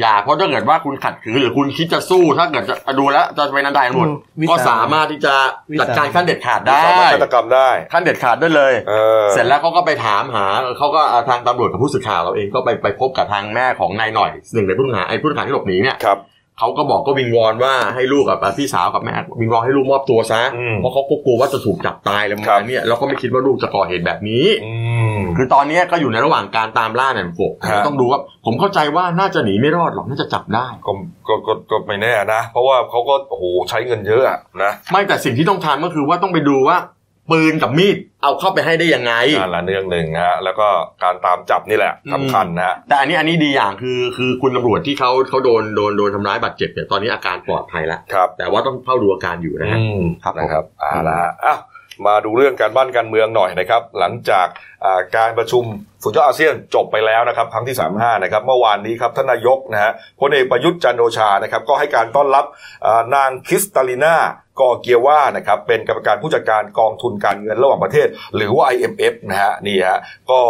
B: อย่าเพราะถ้าเกิดว่าคุณขัดขืนหรือคุณคิดจะสู้ถ้าเกิดจะดูแล้วจะไปนันไดตำรวจ
C: อืมวิสา
B: ก็สามารถที่จะจัดการ
C: วิสา
B: ขั้นเด็ดขาดได้
A: สามารถฆาตกรรมได้
B: ขั้นเด็ดขาดได้เลย
A: เออ
B: เสร็จแล้วเขาก็ไปถามหาเขาก็เอาทางตำรวจกับผู้สื่อข่าวเราเองก็ไปไปพบกับทางแม่ของนายหน่อยหนึ่งในผู้ต้องหาไอ้ผู้ต้องหาที่หลบหนีเนี่ย
A: ครับ
B: เขาก็บอกก็วิงวอนว่าให้ลูกกับพี่สาวกับแม่วิงวอนให้ลูกมอบตัวซะ
A: อืม
B: เพราะเขาก็กลัวว่าจะถูกจับตายอะไรประ
A: ครั
B: มา
A: บ
B: ณเนี้ยแล้วก็ไม่คิดว่าลูกจะก่อเหตุแบบนี้
A: อืม
B: คือตอนเนี้ยก็อยู่ในระหว่างการตามล่าเนี่ยผม
A: ครับ
B: ต้องดูว่าผมเข้าใจว่าน่าจะหนีไม่รอดหรอกน่าจะจับได้
A: ก็ก็ก็ก็ไม่แน่นะ เพราะว่าเขาก็โอ้โหใช้เงินเยอะอะนะ
B: ไม่แต่สิ่งที่ต้องทำก็คือว่าต้องไปดูว่า ปืนกับมีดเอาเข้าไปให้ได้ยังไง
A: นั่นละเรื่องหนึ่งนะฮะแล้วก็การตามจับนี่แหละสำคัญนะฮะ
B: แต่อันนี้อันนี้ดีอย่างคือคือคุณตำรวจที่เขาเขาโดนโดนโดนทำร้ายบาดเจ็บเนี่ยตอนนี้อาการปลอดภัยแล้ว
A: ครับ
B: แต่ว่าต้องเฝ้าดูอาการอยู่นะฮะ
A: อืม
B: ครับผม
A: นะครับเอ่าละฮะอ่ะมาดูเรื่องการบ้านการเมืองหน่อยนะครับ หลังจากอ่าการประชุมสุดยอดอาเซียนจบไปแล้วนะครับครั้งที่ 35 นะครับ เมื่อวานนี้ครับท่านนายกนะฮะพลเอกประยุทธ์จันทร์โอชานะครับ ก็ให้การต้อนรับอ่านางคริสตาลิน่ากอเกียว่านะครับเป็นกรรมการผู้จัดการกองทุนการเงินระหว่างประเทศ หรือว่า IMF นะฮะนี่ฮะก็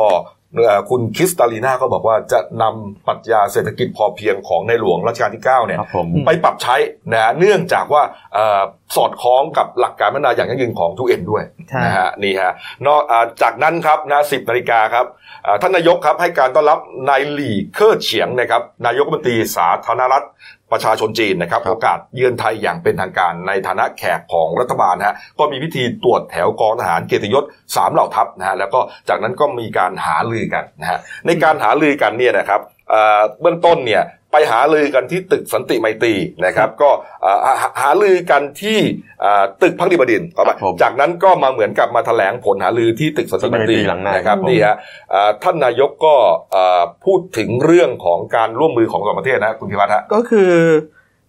A: เอ่อคุณคริสตาลีนาก็บอกว่าจะนำปรัชญาเศรษฐกิจพอเพียงของในหลวงรัชกาลที่ 9 เนี่ย
B: ครับผม
A: ไปปรับใช้นะฮะเนื่องจากว่าเออสอดคล้องกับหลักการพัฒนาอย่างยั่งยืนของทูเอ็นด้วย
C: ใช่
A: นะฮะนี่ฮะนอกอ่าจากนั้นครับนะสิบนาฬิกาครับอ่าท่านนายกครับให้การต้อนรับนายหลี่เคอร์เฉียงนะครับนายกรัฐมนตรีสาธารณรัฐประชาชนจีนนะครับ โอกาสเยือนไทยอย่างเป็นทางการในฐานะแขกของรัฐบาลฮะก็มีพิธีตรวจแถวกองทหารเกียรติยศสามเหล่าทัพนะฮะแล้วก็จากนั้นก็มีการหาลือกันนะฮะในการหาลือกันเนี่ยนะครับเอ่อเบื้องต้นเนี่ย ไปหาลือกันที่ตึกสันติไมตรีนะครับ ก็เอ่อหาหาลือกันที่เอ่อตึกพักดีบดินทร์เอาไป
B: ครับผม
A: จากนั้นก็มาเหมือนกับมาแถลงผลหาลือที่ตึกสันติไมตรี
B: สันติไมตรีหลังใน
A: นะครับ
B: ครับผม
A: นี่ฮะเอ่อท่านนายกก็เอ่อพูดถึงเรื่องของการร่วมมือของสองประเทศนะคุณพิวัฒน์ฮะ
C: ก็คือ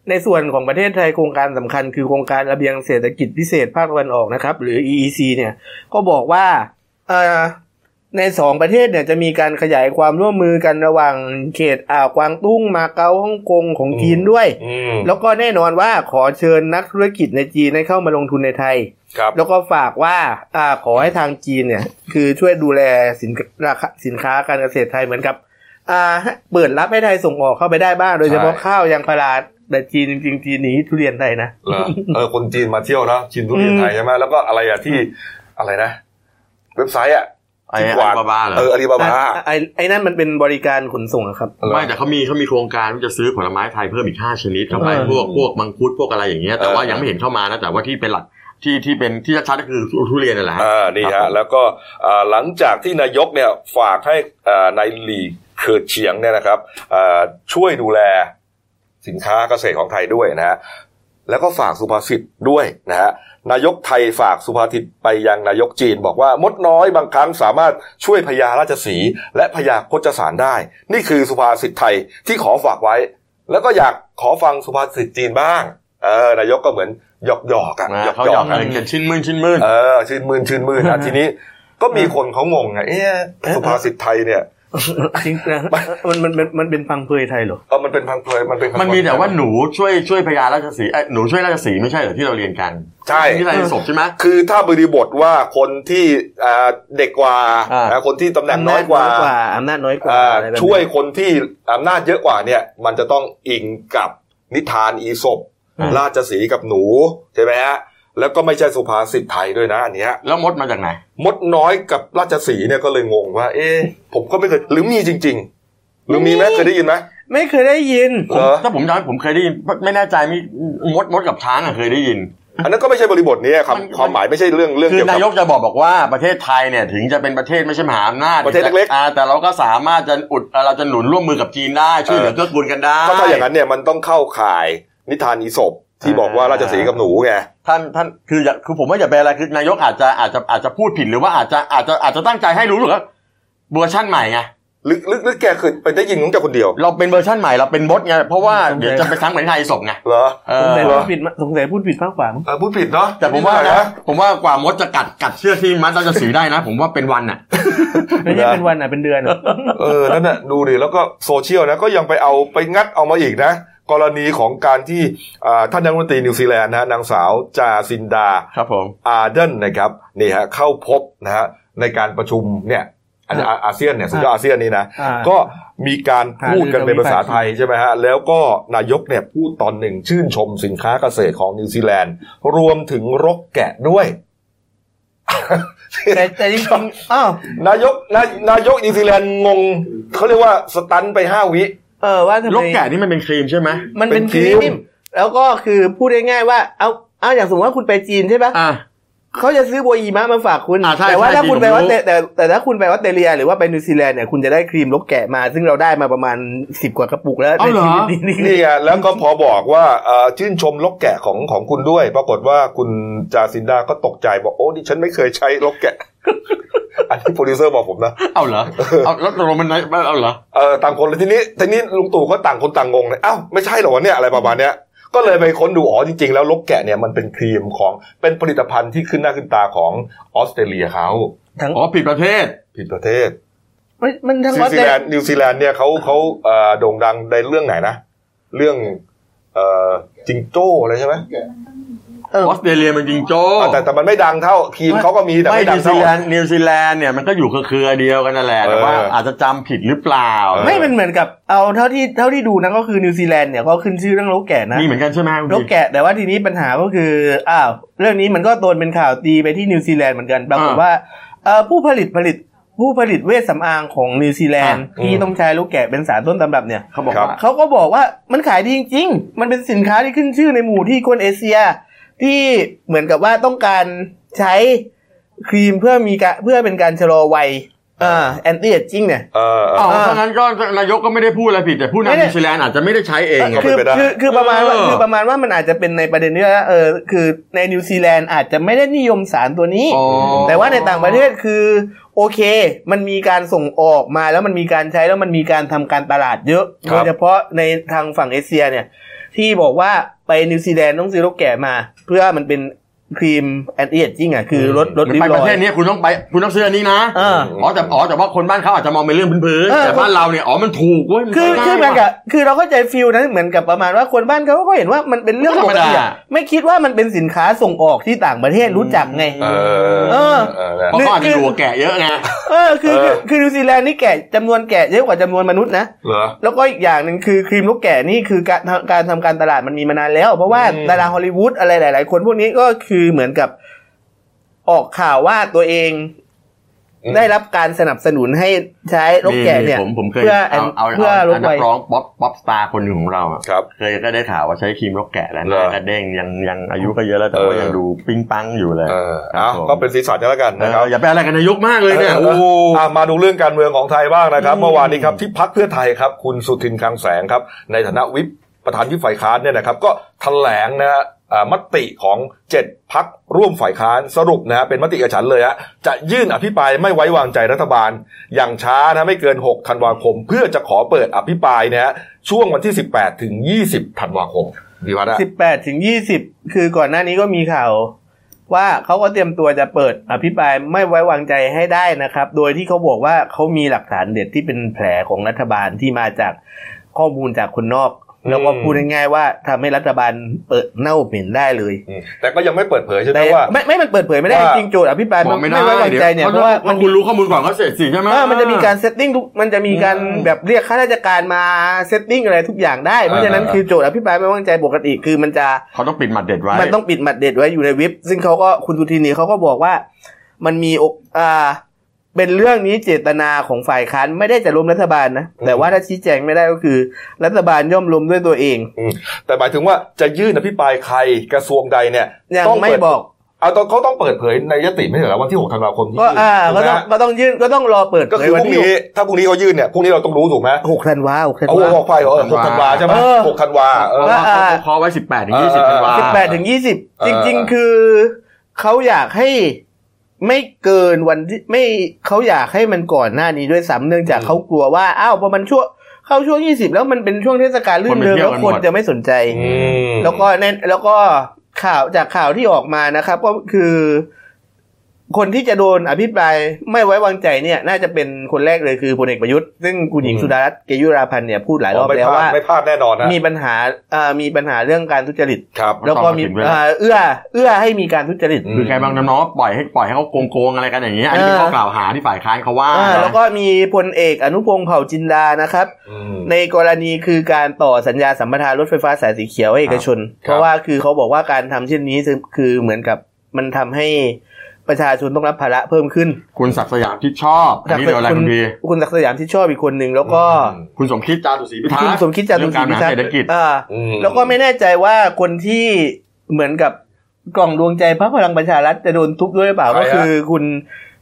C: ในส่วนของประเทศไทยโครงการสำคัญคือโครงการระเบียงเศรษฐกิจพิเศษภาคตะวันออกนะครับ หรือ EEC เนี่ยก็บอกว่าเอ่อในสองประเทศเนี่ยจะมีการขยายความร่วมมือกันระหว่างเขตอ่าวกวางตุ้งมาเก๊าฮ่องกงของจีน
A: อืม
C: ด้วย
A: อืม
C: แล้วก็แน่นอนว่าขอเชิญนักธุรกิจในจีนให้เข้ามาลงทุนในไทย
A: ครับ
C: แล้วก็ฝากว่าอ่าขอให้ทางจีนเนี่ย คือช่วยดูแลสินราคาสินค้าการเกษตรไทยเหมือนกับอ่าให้เปิดรับให้ไทยส่งออกเข้าไปได้บ้าง โดยเฉพาะข้าวยางพาราแต่จีนจริงๆจีนหนีทุเรียนไทยนะ
A: เหรอเออคนจีนมาเที่ยวนะชินทุเรียนไทยใช่ไหมแล้วก็อะไรอะที่อะไรนะ เว็บไซต์อะ
B: ไอ้
A: ที่ก
B: อาบาบาเหรอ
A: เอออาลีบาบา
C: อ่ะไอ้ไอ้นั่นมันเป็นบริการขนส่งอะครับ
B: ไม่แต่เขามีเขามีโครงการที่จะซื้อผลไม้ไทยเพิ่มอีก 5 ชนิดเข้าไป
C: เออ
B: พวกพวกมังคุดพวกอะไรอย่างเงี้ยแต่ว่า
A: เออ
B: ยังไม่เห็นเข้ามานะแต่ว่าที่เป็นหลักที่ที่เป็นที่ชัดๆก็คือทุเรียนนั่นแหละฮะ
A: อ่านี่
B: ครับ
A: ฮะ
B: ผม
A: แล้วก็อ่าหลังจากที่นายกเนี่ยฝากให้อ่านายหลีเขิดเฉียงเนี่ยนะครับอ่าช่วยดูแลสินค้าเกษตรของไทยด้วยนะฮะแล้วก็ฝากสุภาษิตด้วยนะฮะนายกไทยฝากสุภาษิตไปยังนายกจีน บอกว่ามดน้อยบางครั้งสามารถช่วยพญาราชสีห์และพญาโคจสารได้ นี่คือสุภาษิตไทยที่ขอฝากไว้ แล้วก็อยากขอฟังสุภาษิตจีนบ้างเออนายกก็เหมือนหยอกหยอกๆอะ
B: นะ
A: ๆ
B: เขาหยอก
A: ะ
B: เงินกันชิ้นมื่นชิ้นมื่น
A: เออชื่นมื่นชื่นมื่นนะ ทีนี้ก็มีคนเขางงไงเอ๊ะสุภาษิตไทยเนี่ย
C: จริง นะมันมันมันมันเป็นพังเพยไทยเหรอ
A: เออมันเป็นพังเพลยมันเป็นคำ
B: มันมีแต่ว่าหนูช่วยช่วยพญาราชสีห์เอ้ยหนูช่วยราชสีห์ไม่ใช่เหรอที่เราเรียนกัน
A: ใช่
B: ที่ไรศพใช่ไหม
A: คือถ้าบริบทว่าคนที่อ่าเด็กกว่า
B: อ่าน
A: ะคนที่ตำแหน่งน้อยกว่า
C: อำนาจน้อยกว่า
A: อ่า
C: อะไรแบบนี้
A: ช่วยคนที่อำนาจเยอะกว่าเนี่ย มันจะต้องอิงกับนิทานอีศบ
C: อืม
A: ราชสีห์กับหนูใช่ไหมฮะแล้วก็ไม่ใช่สุภาษิตไทยด้วยนะอันเนี้ย
B: แล้วมดมาจากไหน
A: มดน้อยกับราชสีห์เนี่ยก็เลยงงว่า เอ๊ะผมก็ไม่เคยหรือมีจริง ๆ หรือมีไหมเคยได้ยินไหม
C: ไม่เคยได้ยิน
A: เหรอ
B: ถ้าผมย้อนผมเคยได้ยินไม่แน่ใจมีมดมดกับช้างอะเคยได้ยิน
A: อันนั้นก็ไม่ใช่บริบทนี้ครับ
B: มัน
A: ความหมายไม่ใช่เรื่องเรื่อง
B: คื
A: เกี่ยวน
B: อาย
A: กับ
B: กจะบอกบอกว่าประเทศไทยเนี่ยถึงจะเป็นประเทศไม่ใช่มหาอำนาจ
A: ประเทศเล็กๆ
B: อ่าแต่เราก็สามารถจะอุดเอ่อเราจะหนุนร่วมมือกับจีนได้ช่วยเหลือเกื้อกูลกันได้
A: ถ้าถ้าอย่างนั้นเนี่ยมันต้องเข้าข่ายนิทานอีสบที่บอกว่า
B: อ่า
A: ราชสีห์กับหนูไง
B: ท่านท่านคืออย่าคือผมว่าอย่าไปอะไรคือนายกอาจจะอาจจะอาจจะพูดผิดหรือว่าอาจจะอาจจะอาจจะตั้งใจให้รู้หรือว่าเวอร์ชั่นใหม่ไง
A: ลึกลึกลึกแกคือไปได้ยินของแกคนเดียว
B: เราเป็นเวอร์ชั่นใหม่เราเป็นมดไงเพราะว่า
C: โอเค
B: เดี๋ยวจะไปซ้ำเหมือนไทยศพไง
A: เหรอ
B: เอ
C: สง
B: อ
C: สัยพูดผิดมั้ยสงสัยพูดผิดมากกว่ามั้ง
A: เออพูดผิดเนาะ
B: แต่ผมว่านะผมว่ากว่ามดจะกัดกัดเชือกที่มัดเราจะสีได้นะ ผมว่าเป็นวันอ่ะ
C: ไม่ใช่เป็นวันอ่ะเป็นเดือนอะ
A: เออนั่นน่ะดูดิแล้วก็โซเชียลนะก็ยังไปเอาไปงัดเอามาอีกนะ กรณีของการที่อ่าท่านนายกรัฐมนตรีนิวซีแลนด์นะฮะนางสาวจาซินดา
B: ครับผม
A: อาร์เดนนะครับนี่ฮะเข้าพบนะฮะในการประชุมเนี่ยอันนี้อาอาเซียนเนี่ยสุดยอดอาเซียนนี่นะ
C: อ่า
A: ก็มีการพูดกัน
C: หารือ
A: เป็นภาษา
C: กับวิสาหกิจ
A: ไทยใช่ไหมฮะแล้วก็นายกเนี่ยพูดตอนหนึ่งชื่นชมสินค้าเกษตรของนิวซีแลนด์ รวมถึงรกแกะด้วย
C: แต่แต่จริงๆอ้าวน
A: ายก นายนายกนิวซีแลนด์งงเขาเรียกว่าสตันไปห้าวิ
C: เออว่าทำไม
B: ลูกแกะนี่มันเป็นครีมใช่ไหม
C: มันเป็
A: เป็น
C: น
A: ค
C: ค
A: รี
C: รี
A: ม
C: มแล้วก็คือพูดง่ายๆว่าเอาเอาอย่างสมมติว่าคุณไปจีนใช่ปะ
B: อ่า
C: เขาจะซื้อโบอีมะมาฝากคุณ
B: อ่าใช่
C: แต่ว่า
B: ใช่
C: ถ้า
B: ที่
C: คุณไป
B: ผม
C: ว่า
B: รู้
C: แต่แต่แต่ถ้าคุณไปออสเตรเลียหรือว่าไปนิวซีแลนด์เนี่ยคุณจะได้ครีมลกแกะมา ซึ่งเราได้มาประมาณสิบกว่ากระปุกแล้วในชีวิตนี้ นี่
A: นี่ไงแล้วก็พอบอกว่าเอ่อชื่นชมลกแกะของของคุณด้วย ปรากฏว่าคุณจาซินดาก็ตกใจบอกโอ้ดิฉันไม่เคยใช้ลกแกะ อันนี้โปรดิวเซอร์บอกผมนะ
B: เอาเหรอเอาแล้วตกลงมันเอาเหรอ
A: เออต่างคนเลยทีนี้ทีนี้ลุงตู่ก็ต่างคนต่างงงเลยเอ้าไม่ใช่เหรอวะเนี่ยอะไรประมาณเนี้ยก็เลยไปค้นดูอ๋อจริงๆ แล้วลกแกะเนี่ยมันเป็นครีมของเป็นผลิตภัณฑ์ที่ขึ้นหน้าขึ้นตาของออสเตรเลียเขา
B: อ๋อผิดประเภท
A: ผิดประเทศ
C: มันมันทั้ง
A: นิ
C: อ
A: ว
C: อส
A: ซี
C: เตร
A: แล
C: เลี
A: นด์นิวซีแลนด์เนี่ยเขาเขาเอ่อโด่งดังในเรื่องไหนนะ เรื่องเอ่อจิงโจ้อะไรใช่ไหม
C: เอ
B: อ
C: อ
B: อสเตรเลียมันยิงโจ้
A: อ่ะแต่แต่มันไม่ดังเท่าครีมเขาก็มีแต่
B: ไม่
A: ไม่ดั
B: นิ
A: ง
B: วซี
A: เท่า
B: แลนด์นิวซีแลนด์เนี่ยมันก็อยู่เครือๆเดียวกันนั่นแหละแต่ว่า
A: เอออ
B: อาจจะจำผิดหรือเปล่า
A: เออ
C: ไม่มันเหมือนกับเอาเท่าที่เท่าที่ดูนะก็คือนิวซีแลนด์เนี่ยก็ขึ้นชื่อเรื่องนกแกะนะ
B: มีเหมือนกันใช่ไหมคุณ
C: นก
B: พี่
C: แกะแต่ว่าทีนี้ปัญหาก็คืออ้าวเรื่องนี้มันก็โดนเป็นข่าวตีไปที่นิวซีแลนด์เหมือนกันปรากฏ
B: อ่า
C: ว่าเอ่อผู้ผลิตผลิตผู้ผลิตเวชสำอางของนิวซีแลนด์
A: อ่า
C: ที่
A: อืม
C: ต้องใช้ลูกแกะเป็นสารต้นตำรับเนี่ย
B: เขาบอก
A: ครับ
B: ว่า
C: เขาก็บอกว่ามันขายดีจริงๆ มันเป็นสินค้าที่ขึ้นชื่อในหมู่ที่คนเอเชีย ที่เหมือนกับว่าต้องการใช้ครีมเพื่อมีกะเพื่อเป็นการชะลอวัยเอ่าแอนตี้เอจิ้งเนี่ย
A: เออเออ
B: อ๋อ
C: เออ
B: ถ้างั้นก็นายกก็ไม่ได้พูดอะไรผิด แต่ผู้นำนิวซีแลนด์อาจจะไม่ได้ใช้เองไง
A: ก็เป็
C: คื
A: นไปได้
C: คือคือประมาณ
B: เอ
C: ว่า
B: อ
C: คือประมาณว่ามันอาจจะเป็นในประเด็นที่ว่าเออคือในนิวซีแลนด์อาจจะไม่ได้นิยมสารตัวนี้
B: อ๋อ
C: แต่ว่าในต่างประเทศคือโอเค มันมีการส่งออกมาแล้วมันมีการใช้แล้วมันมีการทำการตลาดเยอะ
A: ครับ
C: โดยเฉพาะในทางฝั่งเอเชียเนี่ย ที่บอกว่าไปนิวซีแลนด์ต้องซื้อรกแก่มา เพื่อมันเป็นครีมแอนตี้เอจจิ้งอ่ะคือลดลด
B: มัน
C: ริ้
B: ไป
C: วร
B: ป
C: อ
B: ระเทศ
C: ย
B: นี้คุณต้องไปคุณต้องซื้ออันนี้นะ
C: เออ
B: อ๋อแต่อ๋อแต่ว่าคนบ้านเขาอาจจะมองเป็นเรื่องพื้น
C: เอ
B: ๆ
C: อ
B: แต่บ้านเราเนี่ยอ๋อมันถูกเว้ยมัน
C: คือ
B: ใช้
C: คือเหมือน
B: ได้
C: กับคือเราก็ใจฟิลนะเหมือนกับประมาณว่าคนบ้านเขาก็เห็นว่ามันเป็นเรื่อง
B: ธร
C: ป
B: รม
C: ก
B: ดา
C: ติอะไม่คิดว่ามันเป็นสินค้าส่งออกที่ต่างประเทศรู้จักไง
A: เออ
C: เออ
A: เออนะ
B: เพราะเขาอาจจะดูกับแก่เยอะไง
C: เออคือคือคือนิวซีแลนด์นี่แกะจำนวนแกะเยอะกว่าจำนวนมนุษย์นะ
A: เหรอ
C: แล้วก็อีกอย่างหนึ่งคือครีมลูกแก่นี่คือการทำการทำการตลาดมันมีมานานแล้ว เพราะว่า
A: อืม
C: ดาราฮอลลีวูดอะไรหลาย ๆ คนพวกนี้ก็คือเหมือนกับออกข่าวว่าตัวเองได้รับการสนับสนุนให้ใช้ลูกแก่เนี่ย
B: ผมผมเคย
C: เพื่อ
B: เอาเอา
C: เพื่อ
B: เอา
C: ลด
B: นั
C: วัย
B: กร้องป๊อปป๊อปสตาร์คนหนึ่งของเราอะ
A: ครับ
B: เคยก็ได้ข่าวว่าใช้ครีมรกแกะแล้ว
A: เหรอ
B: หน้ากระเด้งยังยังอายุก็เยอะแล้วแต่ว่า
A: เออ
B: ยังดูปิ้งปังอยู่เลย
A: เออ
B: ครั
A: เอา
B: บผม
A: ก็เป็นสีสันกันแล้วกัน
B: เอ
A: นะครับ
B: ออย่าไปอะไรกันนายกมากเลยเนี่ยโอ้
A: อ่ะมาดูเรื่องการเมืองของไทยบ้างนะครับ
B: อืม
A: เมื่อวานนี้ครับที่พักเพื่อไทยครับ คุณสุทินคลังแสงครับ ในฐานะวิปประธานวิปฝ่ายค้านเนี่ยนะครับ ก็แถลงนะฮะอ่ามติของ 7พักร่วมฝ่ายค้านสรุปนะฮะเป็นมติเอกระฉันท์เลยฮะจะยื่นอภิปรายไม่ไว้วางใจรัฐบาล อย่างช้านะไม่เกิน 6 ธันวาคม เพื่อจะขอเปิดอภิปรายนะฮะช่วงวันที่ 18 ถึง 20 ธันวาคมดีวะนะ
C: สิบแปดถึงยี่สิบคือก่อนหน้านี้ก็มีข่าว ว่าเขาก็เตรียมตัวจะเปิดอภิปรายไม่ไว้วางใจให้ได้นะครับ โดยที่เขาบอกว่าเขามีหลักฐานเด็ดที่เป็นแผลของรัฐบาลที่มาจากข้อมูลจากคนนอก แล้วก็
A: อืม
C: พูดง่ายๆว่าทำให้รัฐบาลเปิดเน่าเหม็นได้เลย
A: อืมแต่ก็ยังไม่เปิดเผยใช่ไหม
C: แต่
A: ว่า
C: ไม่ไม่มันเปิดเผยไม่ได้
A: ว่า
C: จริงๆโจทย์อภิปราย
B: บ
C: มั
B: อก
C: น
B: ไม่ได้
C: ไม่ไว้วางใจเนี่ยเพราะว่า
B: มั
C: มัน น
B: คุณรู้ข้อมูลก่อนเขาเสร็จสิใช่ไหม
C: เออมันจะมีการเซตติ้งทุกมันจะมีการ
B: อืม
C: แบบเรียกข้าราชการมาเซตติ้งอะไรทุกอย่างได้เพราะฉะนั้นคือโจทย์อภิปรายไม่ไว้วางใจปกติคือมันจะ
B: เขาต้องปิดหมัดเด็ดไว้
C: มันต้องปิดหมัดเด็ดไว้อยู่ในวิบซึ่งเขาก็คุณสุทินนี่เขาก็บอกว่า มันมีโอกอ่า เป็นเรื่องนี้เจตนาของฝ่ายค้านไม่ได้จะล้มรัฐบาลนะ
A: อืม
C: แต่ว่าถ้าชี้แจงไม่ได้ก็คือ รัฐบาลย่อมล้มด้วยตัวเอง
A: แต่หมายถึงว่าจะยื่นอภิปรายใครกระทรวงใดเนี่ย
C: ยัง
A: ต้อง
C: ไม่
A: เปิด
C: บอก
A: เอาตอนเขาต้องเปิดเผยในยติไม่ใช่เหรอวันที่6ธันวาคมที่
C: ก็อ่าก็
A: ถูไหมฮะ
C: ต้องก็ต้องยื่นก็ต้องรอเปิด
A: ก็คือพรุ่งนี้ถ้าพรุ่งนี้เขายื่นเนี่ยพรุ่งนี้เราต้องรู้ถูกไหม
C: หกธันวาหกธัน
A: เอา
C: วา
A: ออกไปเหรอหกธันวาใช่ไหม
C: เออ
A: หกธันวาเอ
B: เออ
A: อ
B: เขาเขาเคาะไว้สิบแปดถึงยี่สิบธันวา
A: อ่
C: สิบแปดถึงยี่สิบ
A: เออ
C: จริง ๆ คือเขาอยากให้ไม่เกินวันที่ไม่เขาอยากให้มันก่อนหน้านี้ด้วยซ้ำเนื่องจากเขากลัวว่าอ้าวพอมันช่วงเข้าช่วงยี่สิบแล้วมันเป็นช่วงเทศกาลลื่นเริงแล้วคนจะไม่สนใจ
A: อืม
C: แล้วก็แน่นแล้วก็ข่าวจากข่าวที่ออกมานะครับ ก็คือ คนที่จะโดนอภิปรายไม่ไว้วางใจเนี่ย น่าจะเป็นคนแรกเลยคือพลเอกประยุทธ์ซึ่งคุณหญิง
A: อืม
C: สุดารัตน์เกยุราพันธ์เนี่ยพูดหลายรอบ
A: ไม่
C: แล้ว
A: พลา
C: ว่า
A: ดไม่พลาดแน่นอนนะ
C: มีปัญหาเอ่อมีปัญหาเรื่องการทุจริต
A: ครับ
C: แล้วก็มีเอ่อเอื้อ เอื้อให้มีการทุจริต
A: อืม
B: คือแกบางน้องๆปล่อยให้ปล่อยให้เขาโกงๆอะไรกันอย่างเงี้ยอันนี้เป็นข้อกล่าวหาที่ฝ่ายค้านเขาว่า
C: อ่า แล้วก็มีพลเอกอนุพงษ์เผ่าจินดานะครับ
A: อืม
C: ในกรณีคือการต่อสัญญาสัมปทานรถไฟฟ้าสายสีเขียวให้เอกชน
A: ครับ
C: เพราะว่าคือเขาบอกว่าการทำเช่นนี้คือคือเหมือนกับมันทำให้ประชาชนต้องรับภาระเพิ่มขึ้น
B: คุณศักดิ์สยามที่ชอบ อันนี้เดี๋ยวอะไร
C: ณ
B: คุณพี
C: คุณศักดิ์สยามที่ชอบอีกคนหนึ่งแล้วก็
B: คุณสมคิดจาตุศรีพิทักษ์
C: คุณสมคิดจาตุศรี
B: เอง
C: พิทัก
B: การบหเศรษฐกิจ
C: อ่า
A: อืม
C: แล้วก็ไม่แน่ใจว่าคนที่เหมือนกับกล่องดวงใจพรรคพลังประชารัฐจะโดนทุบด้วยหรือเปล่า
A: ใครฮะ
C: ก็คือคุณ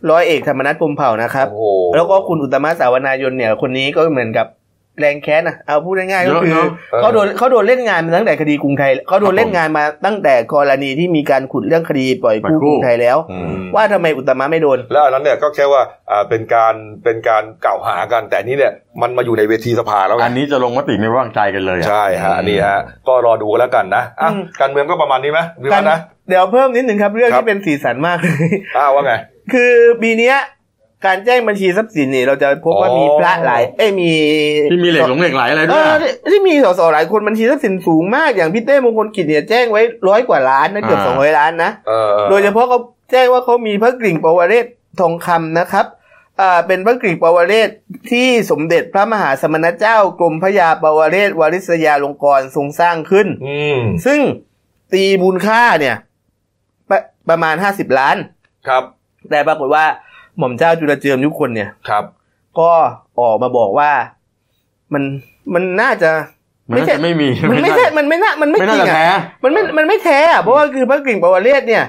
C: ร้อยเอกธรรมนัฐพรหมเผ่านะครับ
A: โอ้โห
C: แล้วก็คุณอุตตมะสาวนายนเนี่ย คนนี้ก็เหมือนกับแรงแค้นนะเอาพูดง่ายๆก็คือ
B: เยอะเนอะ
C: เขาโดนเขาโดนเล่นงานมาตั้งแต่คดีกรุงไทยเขาโดนเล่นงานมาตั้งแต่กรณีที่มีการขุดเรื่องคดีปล่อย
B: ป
C: กู้
B: ล่อยกู้
C: กรุงไทยแล้ว
B: อื
A: อื
B: ม
A: ม
C: ว่าทำไมอุตตมะไม่โดน
A: แล้วอันนั้นเนี่ยก็แค่ว่าอ่าเป็นการเป็นการกล่าวหากัน แต่อันนี้เนี่ยมันมาอยู่ในเวทีสภาแล้วไง
B: อันนี้จะลงมติไม่ไว้วางใจกันเลยอะ
A: ใช่ฮะอันนี่ฮะ ก็รอดูกันแล้วกันนะอ่ะ
C: อืม
A: การเมืองก็ประมาณนี้ไหมวิวัฒน์นะ
C: เดี๋ยวเพิ่มนิดหนึ่งครับเรื่อง
A: ครับ
C: ที่เป็นสีสันมากเลย
A: อ้าวว่าไง
C: คือปีเนี้ย การแจ้งบัญชีทรัพย์สินเนี่ยเราจะพบว่ามีพระหลายเอ้ยมี
B: ที่มีเหล็กหลงเหล็กไหลอะไร
C: เอ
B: ด้วย
C: อ
B: อะ
C: ที่ที่มีสสหลายคนบัญชีทรัพย์สินสูงมากอย่างพี่เต้มงคลกิจเนี่ยแจ้งไว้ร้อยกว่าล้านนะเกือบ
B: อ่า
C: สองร้อยล้านนะ
A: เออ
C: โดยเฉพาะเขาแจ้งว่าเขามีพระกริ่งปวเรศทองคำนะครับอ่าเป็นพระกริ่งปวเรศที่สมเด็จพระมหาสมณเจ้ากรมพระยาปวเรศวริศยาลงกรณ์ทรงสร้างขึ้น
A: อืม
C: ซึ่งตีมูลค่าเนี่ยประประมาณห้าสิบล้าน
A: ครับ
C: แต่ปรากฏว่าหม่อมเจ้าจุลเจือมยุคนเนี่ย
A: ครับ
C: ก็ออกมาบอกว่ามันมันน่าจะ
B: มันน่าจะไม่มี
C: มันไม่ใช่ มันไม่น่ามันไม่
B: ไม่
C: จ
B: น่า
C: ริ
B: จะ
C: งอ่ะ
B: แพ้
C: มันไม่ มันไม่แท้อะเพราะว่าคือพระกริ่งปวเรศเนี่ย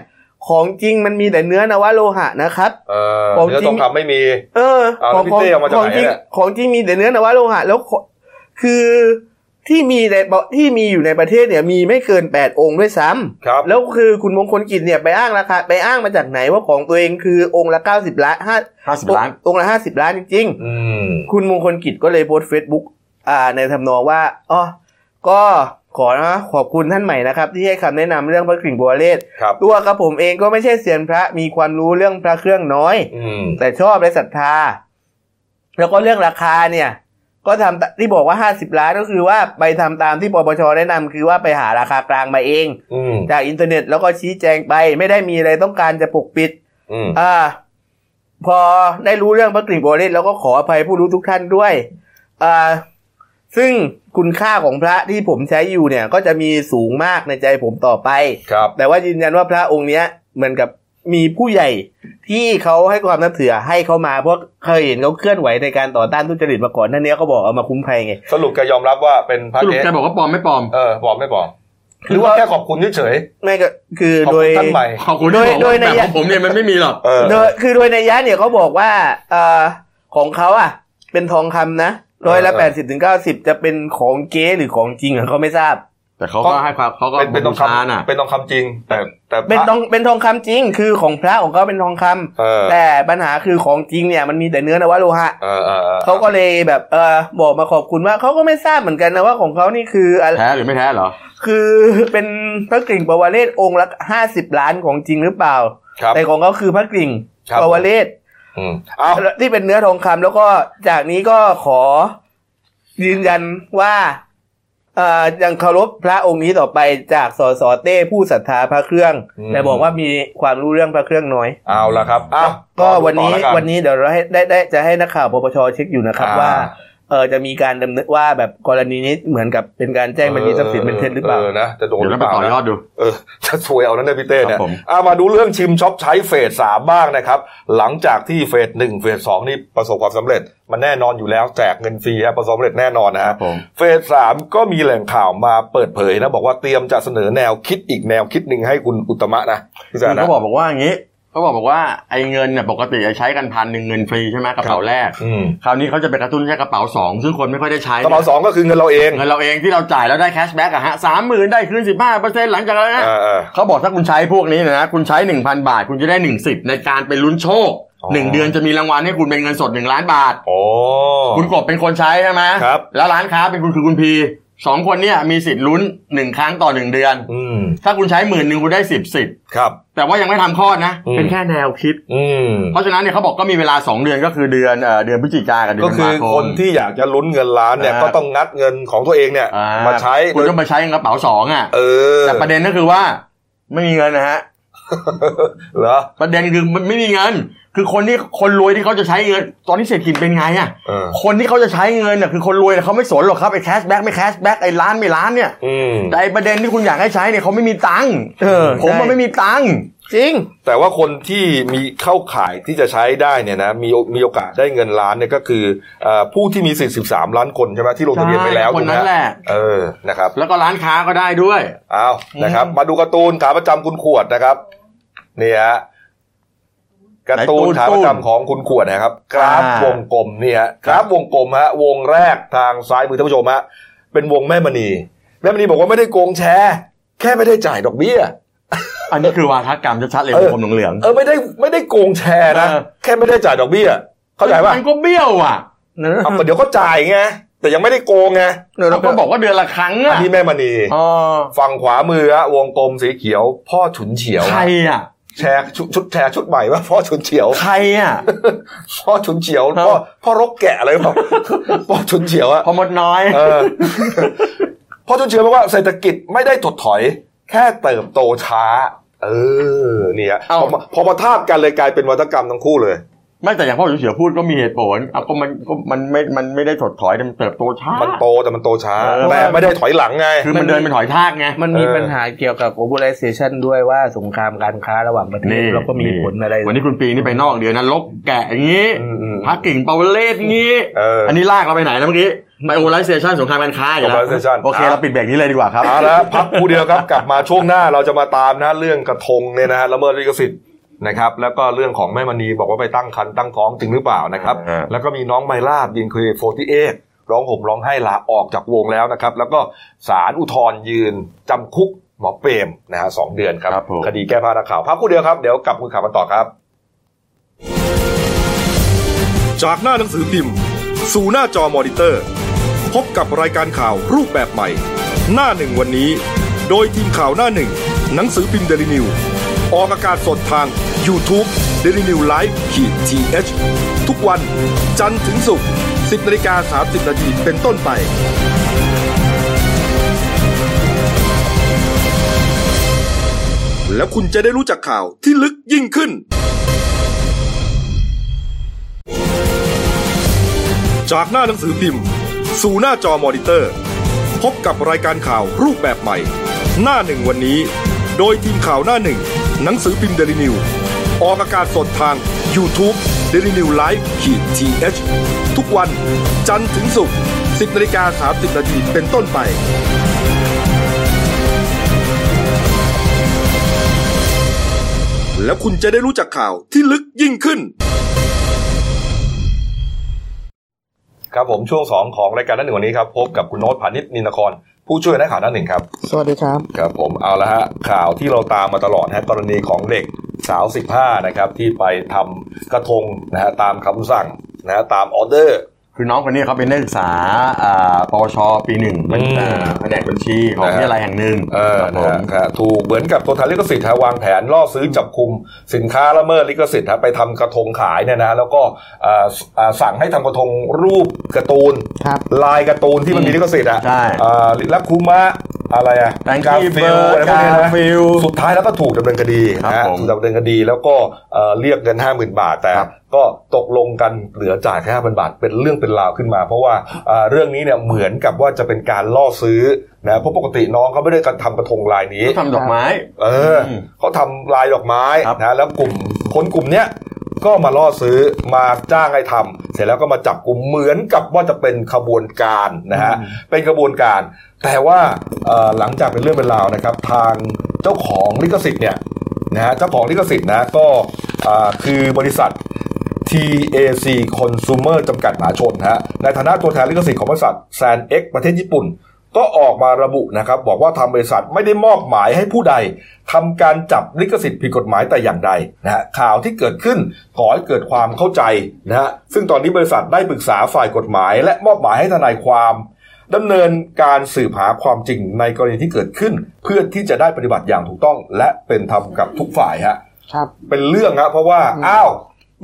C: ของจริงมันมีแต่เนื้อนวโลหะนะครับ
A: เออ
C: ของจ
A: เนื้อ
C: ริง
A: ทองคำไม่มี
C: เออ
A: เอา
C: ของ
A: แล้วพี่เต้
C: ของ
A: เอามาจาก
C: ของ
A: ไหน
C: จริง
A: เนี่ย
C: ของจริงมีแต่เนื้อนวโลหะ แล้วขอคือที่มีในที่มีอยู่ในประเทศเนี่ยมีไม่เกินแปดองค์ด้วยซ้ำ
A: ครับ
C: แล้วคือคุณมงคลกิจเนี่ยไปอ้างราคาไปอ้างมาจากไหนว่าของตัวเองคือองค์ละเก้าสิบล้านห้า
B: ห้าสิบล้าน
C: องค์ละห้าสิบล้านจริง ๆ
A: อืม
C: คุณมงคลกิจก็เลยโพสต์เฟซบุ๊กอ่าในทำนองว่าอ๋อก็ขอนะขอบคุณท่านใหม่นะครับ ที่ให้คำแนะนำเรื่องพระกริ่งบัวเลศ
A: ครับ
C: ตัวกระผมเองก็ไม่ใช่เซียนพระมีความรู้เรื่องพระเครื่องน้อย
A: อืม
C: แต่ชอบและศรัทธา แล้วก็เรื่องราคาเนี่ย ก็ทำตที่บอกว่า50ล้านก็คือว่าไปทำตามที่ปปชแนะนำคือว่าไปหาราคากลางมาเอง
A: อืม
C: จากอินเทอร์เน็ตแล้วก็ชี้แจงไปไม่ได้มีอะไรต้องการจะปกปิด
A: อืม
C: อ่า พอได้รู้เรื่องพระกริ่งโบเลตแล้วก็ขออภัยผู้รู้ทุกท่านด้วยอ่าซึ่งคุณค่าของพระที่ผมใช้อยู่เนี่ย ก็จะมีสูงมากในใจผมต่อไป
A: ครับ
C: แต่ว่ายืนยันว่าพระองค์เนี้ยเหมือนกับมีผู้ใหญ่ที่เขาให้ความนับถือให้เขามาเพราะเคยเห็นเขาเคลื่อนไหวในการต่อต้านทุจริตมาก่อนท่านเนี้ยเขาบอกเอามาคุ้มภัยไง
A: สรุปแกยอมรับว่าเป็นพระ
B: สรุป
A: เก๊
B: แกบอกว่าปลอมไม่ปลอม
A: เออปลอมไม่ปลอม
C: ห
A: ห
C: รื
A: รือ อ
C: ว่า
A: ว่าแค่ขอบคุณเฉย
C: ไม่ก็คือ
A: ๆขอบ
C: โด
A: คุ
C: ย
A: ณท่านใหม่
B: ขอบคุณ
C: โด
B: ที่บ
C: ย
B: อก
C: โดย
B: ว่า
C: ใน
B: แบบของผมเนี่ยมันไม่มีหรอก
A: เออ
C: โดยคือโดยในยะเนี่ยเขาบอกว่าเออของเขาอ่ะ เป็นทองคำนะร้อยละแปดสิบถึงเก้าสิบจะเป็นของเก๊หรือของจริงอะเขาไม่ทราบ
B: แต่เขาก็ให้ความเขาก็
A: เป็นเป็นทองค
B: บูชาน่ะ
A: ำเป็นทองคำจริง แต่แต่พระ
C: เป็นทองเป็นทองคำจริง คือของพระของเขาเป็นทองคำ
A: เออ
C: แต่ปัญหาคือของจริงเนี่ยมันมีแต่เนื้อนวโลหะ
A: เออเออออ
C: เขาก็เลยแบบเออบอกมาขอบคุณว่าเขาก็ไม่ทราบเหมือนกันนะว่าของเขานี่คืออะไร
B: แท้หรือไม่แท้เหรอ
C: คือเป็นพระกริ่งปวเรศองค์ละห้าสิบล้านของจริงหรือเปล่า
A: ครับ
C: แต่ของเขาคือพระกริ่ง
A: ครับ
C: ปวเรศ
A: อืมเอา
C: ที่เป็นเนื้อทองคำแล้วก็จากนี้ก็ขอยืนยันว่าเอ่อยังเคารพพระองค์นี้ต่อไปจากสสเต้ผู้ศรัทธาพระเครื่อง แต่บอกว่ามีความรู้เรื่องพระเครื่องน้อย
A: เอาละครับอ้าว
C: ก็
A: รอดู
C: วันนี้
A: ต่อแล้วกั
C: วันนี้เดี๋ยวเราให้ได้ได้จะให้นักข่าวปปชเช็คอยู่นะครับ
A: อ่า
C: ว่าเออจะมีการดำเนินว่าแบบกรณีนี้เหมือนกับเป็นการแจ้งบัญชีทรัพย์สินเป็นเท็จหรือเปล่า
A: นะจะโดน
B: เดี๋ยว
A: หรื
B: เรา
A: อ
B: ไป
A: เปล่า
B: ต่อยอ
A: นะ
B: ดดู
A: เอ อจะซวยเอานั้นนะพี่เต้เนี่
B: ค
A: ย
B: รับผม
A: เอามาดูเรื่องชิมช็อปใช้เฟสสามบ้างนะครับ หลังจากที่เฟสหนึ่งเฟสสองนี่ประสบความสำเร็จ มันแน่นอนอยู่แล้วแจกเงินฟรีฮะประสบความสำเร็จแน่นอนนะ
B: ค
A: ฮะ
B: รับผม
A: เฟสสามก็มีแหล่งข่าวมาเปิดเผยนะบอกว่าเตรียมจะเสนอแนวคิดอีกแนวคิดหนึ่งให้คุณอุตตมะนะพี่แซ
B: คื
A: น
B: อ
A: นะ
B: เขาบอกบอกว่าอย่างนี้เขาบอกบอกว่าไอ้เงินเนี่ยปกติจะใช้กันพันหนึ่งเงินฟรีใช่ไหมกระเป๋า
A: ครับ
B: แรก
A: อืม
B: คราวนี้เขาจะไปกระตุ้นใช้กระเป๋าสองซึ่งคนไม่ค่อยได้ใช้
A: กระเป๋าสองก็คือเงินเราเอง
B: เงินเราเองที่เราจ่ายแล้วได้แคชแบ็กอะฮะสามหมื่นได้คืนสิบห้าเปอร์เซ็นต์หลังจากนั้นนะ
A: เออเออ
B: เขาบอกถ้าคุณใช้พวกนี้นะคุณใช้หนึ่งพันบาท คุณจะได้หนึ่งสิบในการไปลุ้นโชค
A: อ๋อ
B: หนึ่งเดือนจะมีรางวัลให้คุณเป็นเงินสดหนึ่งล้านบาท
A: โอ้
B: คุณกบเป็นคนใช้ใช่ไหม
A: ครับ
B: แล้วร้านค้าเป็นคุณคือคุณพีสองคนเนี่ยมีสิทธิ์ลุ้นหนึ่งครั้งต่อหนึ่งเดือน
A: อืม
B: ถ้าคุณใช้หมื่นหนึ่งคุณได้สิบสิทธิ์
A: ครับ
B: แต่ว่ายังไม่ทำข้อนะ
A: อืม
B: เป็นแค่แนวคิด
A: อืม
B: เพราะฉะนั้นเนี่ยเขาบอกก็มีเวลา 2 เดือนก็คือเดือนเอ่อเดือนพฤศจิกากับเดือ
A: ก็
B: นธัน
A: คือ
B: วาคม
A: คนที่อยากจะลุ้นเงินล้านเนี่ย
B: อ่า
A: ก็ต้องงัดเงินของตัวเองเนี่ย
B: อ่
A: มาใช้
B: คุณต้องมาใช้กระเป๋าสองอ่ะ
A: เออ
B: แต่ประเด็นก็คือว่าไม่มีเงินนะฮะ
A: เหรอ
B: ประเด็นคือมันไม่มีเงิน คือคนที่คนรวยที่เขาจะใช้เงิน ตอนนี้เศรษฐกิจเป็นไงอ่ะ
A: เออ
B: คนที่เขาจะใช้เงินน่ะคือคนรวยน่ะเขาไม่สนหรอกครับไอ้แคชแบ็กไม่แคชแบ็กไอ้ล้านไม่ล้านเนี่ย
A: อืม
B: แต่ไอ้ประเด็นที่คุณอยากให้ใช้เนี่ยเขาไม่มีตังค์
C: เออ
B: ผม
C: ใช่
B: มันไม่มีตังค์
C: จริง
A: แต่ว่าคนที่มีเข้าข่ายที่จะใช้ได้เนี่ยนะมีมีโอกาสได้เงินล้านเนี่ยก็คือเอ่อผู้ที่มีสิทธิ์13 ล้านคนใช่ไหมที่ลงทะเบียนไปแล้ว
B: คนนั้น
A: ถูกไหม
B: แหละ
A: เออนะครับ
B: แล้วก็ร้านค้าก็ได้ด้วย
A: เอานะครับ มาดูการ์ตูนขาประจำคุณขวดนะครับนี่ฮะการ์ตูน
B: ไหนตูน
A: ขาประจำของคุณขวดนะครับ กราฟ
B: อ่าว
A: งกลมนี่ฮะกราฟวงกลมฮะวงแรกทางซ้ายมือท่านผู้ชมฮะเป็นวงแม่มณีแม่มณีบอกว่าไม่ได้โกงแชร์แค่ไม่ได้จ่ายดอกเบี้ย
B: อันนี้คือวาทกรรมชัดๆเลย
A: เออ
B: ผมเหลือง
A: เออไม่ได้ไม่ได้โกงแชร์นะ
B: เออ
A: แค่ไม่ได้จ่ายดอกเบี้ย
B: ๆ
A: เข้าใจป่ะ
B: มันก็เบี้ยวอ่ะ
A: เอาก็เดี๋ยวก็จ่ายไงแต่ยังไม่ได้โกงไง
B: เราก็บอกว่าเดือนละครั้ง
A: อั
B: อ่ะ
A: นนี้แม่มณี
B: อ๋อ
A: ฝั่งขวามือฮะวงกลมสีเขียว พ่อฉุนเฉียว
B: ใครอ่ะ
E: แชร์ชุดชุดแชร์ชุดใหม่ว่าพ่อชุนเฉียว
B: ใคร อ่ะ
E: พ่อชุนเฉียว
B: ครับ
E: พ่อพ่อรกแกะอะไรเปล่า พ่อชุนเฉียวอะ
B: พอมดน้อย
E: เอ อพ่อชุนเฉียวบอกว่าเศรษฐกิจไม่ได้ถดถอย แค่เติบโตช้า เออเนี่ยพอมาพอมาทาบกันเลยกลายเป็นวัตกรรมทั้งคู่เลย
B: ไม่แต่อย่างพ่อเฉียวๆพูดก็มีเหตุผลเอาก็มันก็มันไม่มันไม่ได้ถดถอยแต่มันเติบโตช้า
E: มันโตแต่มันโตช้า
B: เออ
E: แต่ไม่ได้ถอยหลังไง
B: คือมันเดินเป็นถอยทากไง
C: มันมี
E: เออ
C: ปัญหาเกี่ยวกับ globalization ด้วยว่าสงครามการค้าระหว่างประเทศแล้วก็มีผลอะไร
B: วันนี้คุณปีนี่ไปนอกเดือนนะลกแกะอย่างนี้
E: อืมอืม
B: พักกิ่งเปาวเลสงี้
E: เอออั
B: อันนี้ลากเราไปไหนนะเมื่อกี้ไบโอไลเซชันสงครามการค้าอยู่แล้ว
E: Globalization
B: โอเค
E: ครับ
B: เราปิดแบรกนี้เลยดีกว่าครับ
E: เอาละพักครู่เดียวครับ กลับมาช่วงหน้าเราจะมาตามนะเรื่องกระทงเนี่ยนะฮะละเมิดลิขสิทธิ์นะครับ แล้วก็เรื่องของแม่มณีบอกว่าไปตั้งคันตั้งท้องจริงหรือเปล่านะครับ
B: อ่า
E: แล้วก็มีน้องไมล่าบินเคยโฟตีเอร้องห่มร้องไห้ลาออกจากวงแล้วนะครับ แล้วก็ศาลอุทธรณ์ยืนจำคุกหมอเปรมนะฮะสองเดือนครับ
B: ครับผม
E: คดีแก้ผ้านักข่าวพักครู่เดียวครับเดี๋ยวกลับคุณข่าวกันต่อครับ
A: จากหน้าหนังสือพิมพ์ สู่หน้าจอมอนิเตอร์ พบกับรายการข่าวรูปแบบใหม่ หน้าหนึ่งวันนี้ โดยทีมข่าวหน้าหนึ่ง หนังสือพิมพ์เดลิวิวออกอากาศสดทาง y o u t u เด d ิวิวไลฟ์ขีดทีเทุกวันจันทร์ถึงศุกร์10นาฬิกา30นาทีเป็นต้นไป แล้วคุณจะได้รู้จักข่าวที่ลึกยิ่งขึ้น จากหน้าหนังสือพิมพ์ สู่หน้าจอมอนิเตอร์ พบกับรายการข่าวรูปแบบใหม่ หน้าหนึ่งวันนี้ โดยทีมข่าวหน้าหนึ่ง หนังสือพิมพ์เดลิวิวออกอากาศสดทาง y o u t u เด d ิวิวไลฟ์ขีดทีเทุกวันจันทร์ถึงศุกร์10นาฬิกา30นาทีเป็นต้นไป แล้วคุณจะได้รู้จักข่าวที่ลึกยิ่งขึ้น
E: ครับผมช่วงสองของรายการหน้าหนึ่งวันนี้ครับพบกับคุณโน้ตผานิชนินคร ผู้ช่วยนักข่าวหน้าหนึ่งครับ
C: สวัสดีครับ
E: ครับผมเอาละฮะข่าวที่เราตามมาตลอดฮะกรณีของเด็กสาว 15 นะครับ ที่ไปทำกระทงนะฮะตามคำสั่งนะฮะตามออเดอร์
B: คือน้องคนนี้เขาเป็นนักศึกษาอ่าปวชปีหนึ่งเป็น
E: อืม
B: อ่าแผนกบัญชีของ
E: นะฮะ
B: วิทยาลัยแห่งหนึ่ง
E: เออ
B: ครับผม
E: นะฮะครับถูกเหมือนกับตัวแทนลิขสิทธิ์ฮะวางแผนล่อซื้อจับคุมสินค้าละเมิดลิขสิทธิ์ฮะไปทำกระทงขายเนี่ยนะแล้วก็อ่าอ่าสั่งให้ทำกระทงรูปการ์ตูน
C: ครับ
E: ลายการ์ตูนที่มันมีลิขสิทธิ์อ่ะ
B: ใช่
E: อ่าและคุมะอะไรอ่ะ
B: แตงกี้
E: ฟิ
B: เบิ
E: ล
B: ร์ด
E: อะไรพวก
B: กา
E: นี้นะ
B: ฟิล
E: สุดท้ายแล้วก็ถูกดำเนินคดี
B: ครับ
E: นะฮะ
B: ผม
E: ถูกดำเนินคดีแล้วก็เอ่อเรียกเงินห้าหมื่นบาทแต่ก็ตกลงกันเหลือจ่ายแค่ห้าพันบาทเป็นเรื่องเป็นราวขึ้นมา เพราะว่าเอ่อเรื่องนี้เนี่ยเหมือนกับว่าจะเป็นการล่อซื้อนะเพราะปกติน้องเขาไม่ได้กระทำกระทงลายนี้
B: เขาทำดอกไม้
E: เอออ
B: ม
E: เขาทำลายดอกไม้
B: ครับ
E: นะแล้วกลุ่มคนกลุ่มเนี้ยก็มาล่อซื้อมาจ้างให้ทำเสร็จแล้วก็มาจับกลุ่มเหมือนกับว่าจะเป็นขบวนการนะฮะเป็นขบวนการ แต่ว่าเอ่อหลังจากเป็นเรื่องเป็นราวนะครับ ทางเจ้าของลิขสิทธิ์เนี่ยนะฮะเจ้าของลิขสิทธิ์นะก็อ่าคือบริษัท TAC Consumer จำกัดมหาชนนะฮะในฐานะตัวแทนลิขสิทธิ์ของบริษัท s ซน X ประเทศญี่ปุ่น ก็ออกมาระบุนะครับ บอกว่าทางบริษัทไม่ได้มอบหมายให้ผู้ใดทำการจับลิขสิทธิ์ผิดกฎหมายแต่อย่างใดนะฮะข่าวที่เกิดขึ้นขอให้เกิดความเข้าใจนะฮะซึ่งตอนนี้บริษัทได้ปรึกษาฝ่ายกฎหมาย และมอบหมายให้ทนายความดำเนินการสืบหาความจริงในกรณีที่เกิดขึ้น เพื่อที่จะได้ปฏิบัติอย่างถูกต้อง และเป็นธรรมกับทุกฝ่ายฮะ
C: ครับ
E: เป็นเรื่องฮะเพราะว่าอ้าว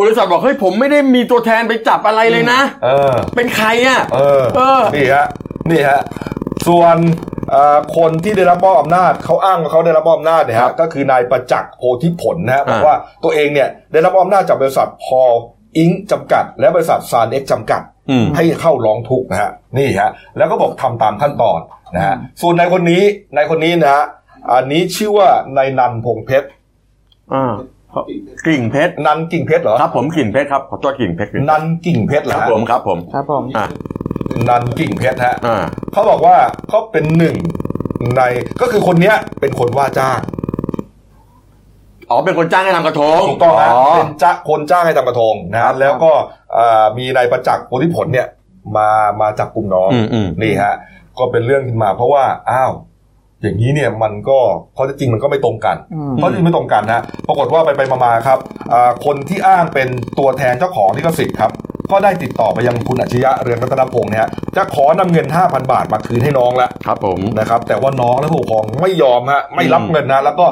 B: บริษัทบอกเฮ้ยผมไม่ได้มีตัวแทนไปจับอะไรเลยนะ
E: เออ
B: เป็นใครอ่ะ
E: เออ
B: เออ
E: นี่ฮะ นี่ฮะ ส่วนเอ่อคนที่ได้รับมอบอำนาจเขาอ้างว่าเขาได้รับมอบอำนาจเนี่ยฮะ ก็คือนายประจักษ์โพธิผลนะฮะ บอกว่าตัวเองเนี่ยได้รับมอบอำนาจจากบริษัทพออิงจำกัด และบริษัทซานเอ็กจำกัด
B: อืม
E: ให้เข้าร้องทุกข์นะฮะ นี่ฮะ แล้วก็บอกทำตามขั้นตอนนะฮะ ส่วนนายคนนี้ นายคนนี้นะฮะ อันนี้ชื่อว่านายนันพงเพชร
B: อ่ากิ่งเพชร
E: นันกิ่งเพชรเหรอ
B: ครับผมกิ่งเพชรครับขอโทษกิ่งเพชร
E: นันกิ่งเพชรเหร
B: ค
E: อ
B: รับ
E: ฮะ
B: ผมครับผม
C: ครับผม
B: อ่า
E: นันกิ่งเพชรฮะ
B: อ่า
E: เขาบอกว่าเขาเป็นหนึ่งในก็คือคนเนี้ยเป็นคนว่าจ้าง
B: อ๋อเป็นคนจ้างให้ทำกระทง
E: ถูกต้องนะ
B: อ๋อ
E: เป็นจ้าคนจ้างให้ทำกระทงนะแล้วก็เอ่อมีนายประจักษ์โพธิผลเนี่ยมามาจับกลุ่มน้อง
B: อืมอืม
E: นี่ฮะ ก็เป็นเรื่องขึ้นมา เพราะว่าอ้าว อย่างนี้เนี่ยมันก็ข้อเท็จจริงมันก็ไม่ตรงกัน
C: อืม
E: ข้อเท็จจริงไม่ตรงกันนะปรากฏว่าไปไปๆมาๆครับอ่าคนที่อ้างเป็นตัวแทนเจ้าของลิขสิทธิ์ครับ ก็ได้ติดต่อไปยังคุณอัจฉริยะเรืองรัตนพงศ์เนี่ยฮะจะขอนำเงิน 5,000 บาทมาคืนให้น้องละ
B: ครับผม
E: นะครับแต่ว่าน้องและผู้ปกครองไม่ยอมฮะไม่รับเงินนะแล้วก็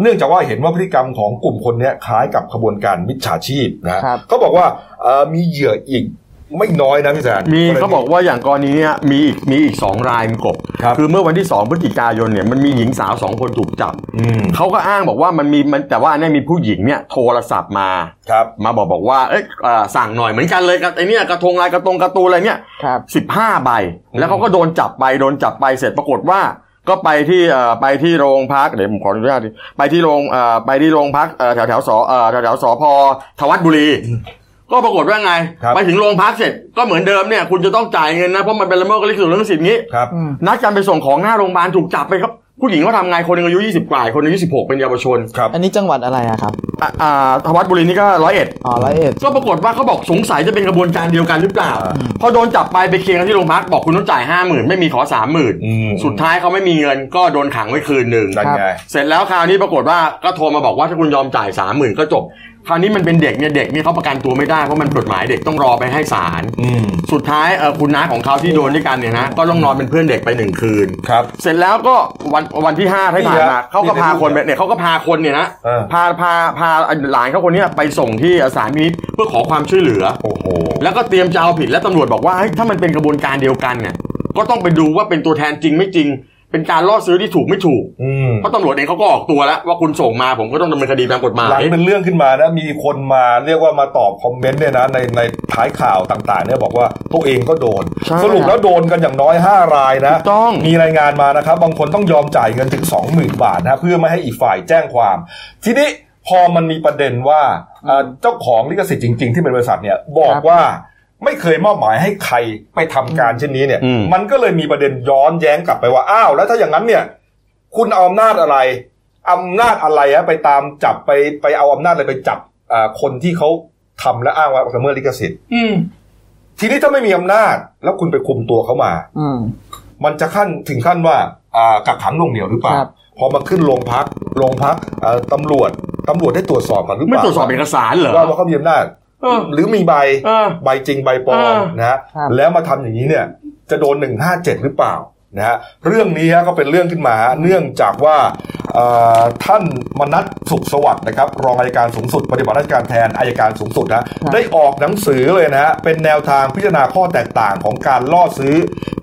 E: เนื่องจากว่าเห็นว่าพฤติกรรมของกลุ่มคนเนี้ยคล้ายกับขบวนการมิจฉาชีพนะฮะ
B: ครับ
E: เขาบอกว่าเอ่อมีเหยื่ออีกไม่น้อยนะพี่แซน
B: มีเขาบอกว่าอย่างกรณีเนี้ยมีอีกมีอีกสองรายมีกบ
E: ครับ
B: อเมื่อวันที่สองพฤศจิกายนเนี่ยมันมีหญิงสาวสองคนถูกจับ
E: อืม
B: เขาก็อ้างบอกว่ามันมีมันแต่ว่าอันเนี้ยมีผู้หญิงเนี่ยโทรศัพท์มา
E: ครับ
B: มาบอกบอกว่า เอ้ยเอ่อสั่งหน่อยเหมือนกันเลยกับไอเนี่ยกระทงลายกระตงกระตูนอะไรเนี่ย
F: ครับ
B: สิบห้าใบ แล้วเขาก็โดนจับไปโดนจับไปเสร็จปรากฏว่า ก็ไปที่เอ่อไปที่โรงพักเดี๋ยวผมขออนุญาตดิไปที่โรงเอ่อไปที่โรงพักเอ่อแถวแถวสอเอ่อแถวแถวสพทวัดบุรี ก็ปรากฏว่าไง
E: ครับ
B: ไปถึงโรงพักเสร็จก็เหมือนเดิมเนี่ยคุณจะต้องจ่ายเงินนะเพราะมันเป็นละเมิดลิขสิทธิ์เรื่องสิทธิ์นี้
E: ครับ
B: นัดกันไปส่งของหน้าโรงพยาบาลถูกจับไปครับผู้หญิงเขาทำไงคนหนึงอายุ20กว่าคนหนึงอายุ16เป็นเยาวชน
E: ครับ
C: อันนี้จังหวัดอะไรอะครับ
B: อ่ะอ่าทวัดบุรีนี่ก็ร้อยเอ็ด
C: อ๋อร้อยเอ็ด
B: ก็ปรากฏว่าเขาบอกสงสัยจะเป็นกระบวนการเดียวกันหรือเปล่า
E: อ่า
B: พอโดนจับไปไปเคลียร์กันที่โรงพักบอกคุณต้องจ่ายห้าหมื่นไม่มีขอสามหมื่น
E: อืม
B: สุดท้ายเขาไม่มีเงินก็โดนขังไว้คืนหนึ่ง
E: นั่นไง
B: เสร็จแล้วคราวนี้ปรากฏว่าก็โทรมาบอกว่าถ้าคุณยอมจ่ายสามหมื่นก็จบ คราวนี้มันเป็นเด็กเนี่ยเด็กเนี่ยเขาประกันตัวไม่ได้เพราะมันกฎหมายเด็กต้องรอไปให้ศาล
E: อืม
B: สุดท้ายเอ่อคุณน้าของเขาที่โดนด้วยกันเนี่ยนะก็ต้องนอนเป็นเพื่อนเด็กไปหนึ่งคืน
E: ครับ
B: เสร็จแล้วก็วันวันที่ห้าที่ผ่าน
E: นี่
B: มา
E: ครับ
B: เขาก็พาคนไป
E: นี่ในรูป
B: เนี่ยเขาก็พาคนเนี่ยนะ
E: เออ
B: พาพาพาหลานเขาคนเนี้ยไปส่งที่สารมิตรเพื่อขอความช่วยเหลือ
E: โอ้โห
B: แล้วก็เตรียมจะเอาผิดและตำรวจบอกว่าเฮ้ยถ้ามันเป็นกระบวนการเดียวกันเนี่ยก็ต้องไปดูว่าเป็นตัวแทนจริงไม่จริง เป็นการล่อซื้อที่ถูกไม่ถูก
E: อืม
B: เพราะตำรวจเองเขาก็ออกตัวแล้วว่าคุณส่งมาผมก็ต้องดำเนินคดีตามกฎหมาย
E: หลังเป็นเรื่องขึ้นมานะมีคนมาเรียกว่ามาตอบคอมเมนต์เนี่ยนะในในท้ายข่าวต่างๆเนี่ยบอกว่าตัวเองก็โดน
B: ใช่
E: สรุปแล้วโดนกันอย่างน้อย 5 รายนะ
B: ถูกต้อง
E: มีรายงานมานะครับ บางคนต้องยอมจ่ายเงินถึง 20,000 บาทนะเพื่อไม่ให้อีกฝ่ายแจ้งความ ทีนี้พอมันมีประเด็นว่าเอ่อเจ้าของลิขสิทธิ์จริง ๆ ที่เป็นบริษัทเนี่ยบอกว่าไม่เคยมอบหมายให้ใครไปทำการเช่นนี้เนี่ย
B: อืม
E: มันก็เลยมีประเด็นย้อนแย้งกลับไปว่าอ้าวแล้วถ้าอย่างนั้นเนี่ย คุณเอาอำนาจอะไร อำนาจอะไรอะไปตามจับไปไปเอาอำนาจอะไรไปจับอ่าคนที่เขาทำและอ้างว่าละเมิดลิขสิทธิ์ทีนี้ถ้าไม่มีอำนาจ แล้วคุณไปคุมตัวเขามา
C: อืม
E: มันจะขั้นถึงขั้นว่าอ่ากักขังหน่วงเหนียวหรือเปล่า
C: ครับ
E: พอมาขึ้นโรงพักโรงพักอ่าตำรวจตำรวจได้ตรวจสอบกันหรือเป
B: ไม่
E: ล่า
B: ตรวจสอบเอกสารเหรอ
E: ว่าว่าเขามีอำนาจ
B: เออ
E: หรือมีใบ
B: เออ
E: ใบจริงใบปลอม
B: เออ
E: นะฮะ
C: ครับ
E: แล้วมาทำอย่างนี้เนี่ย จะโดน 157 หรือเปล่านะฮะเรื่องนี้ฮะก็เป็นเรื่องขึ้นมาฮะเนื่องจากว่าเอ่อท่านมนัสสุขสวัสดิ์นะครับ รองอายการสูงสุด ปฏิบัติราชการแทนอายการสูงสุดนะได้ออกหนังสือเลยนะฮะเป็นแนวทางพิจารณาข้อแตกต่างของการล่อซื้อ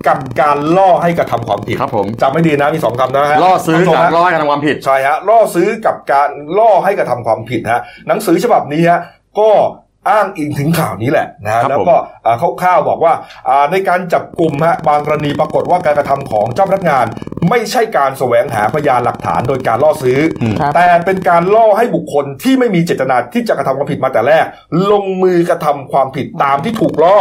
E: กับการล่อให้กระทำความผิด
B: ครับผม
E: จำไม่ดีนะมีสองคำนะฮะ
B: ล่อซื้อ
E: ท่านผู้ชม
B: กับ
E: ฮะ
B: ล่อให้กระทำความผิด
E: ใช่ฮะล่อซื้อกับการล่อให้กระทำความผิดฮะหนังสือฉบับนี้ฮะก็อ้างอิงถึงข่าวนี้แหละนะฮะ
B: ครับ
E: แล้ว
B: ผม
E: ก็อ่าคร่าวๆบอกว่าอ่าในการจับกลุ่มฮะบางกรณีปรากฏว่าการกระทำของเจ้าพนักงาน ไม่ใช่การแสวงหาพยานหลักฐานโดยการล่อซื้ออ
B: ม
E: แต่เป็นการล่อให้บุคคลที่ไม่มีเจตนาที่จะกระทำความผิดมาแต่แรก ลงมือกระทำความผิดตามที่ถูกล่อ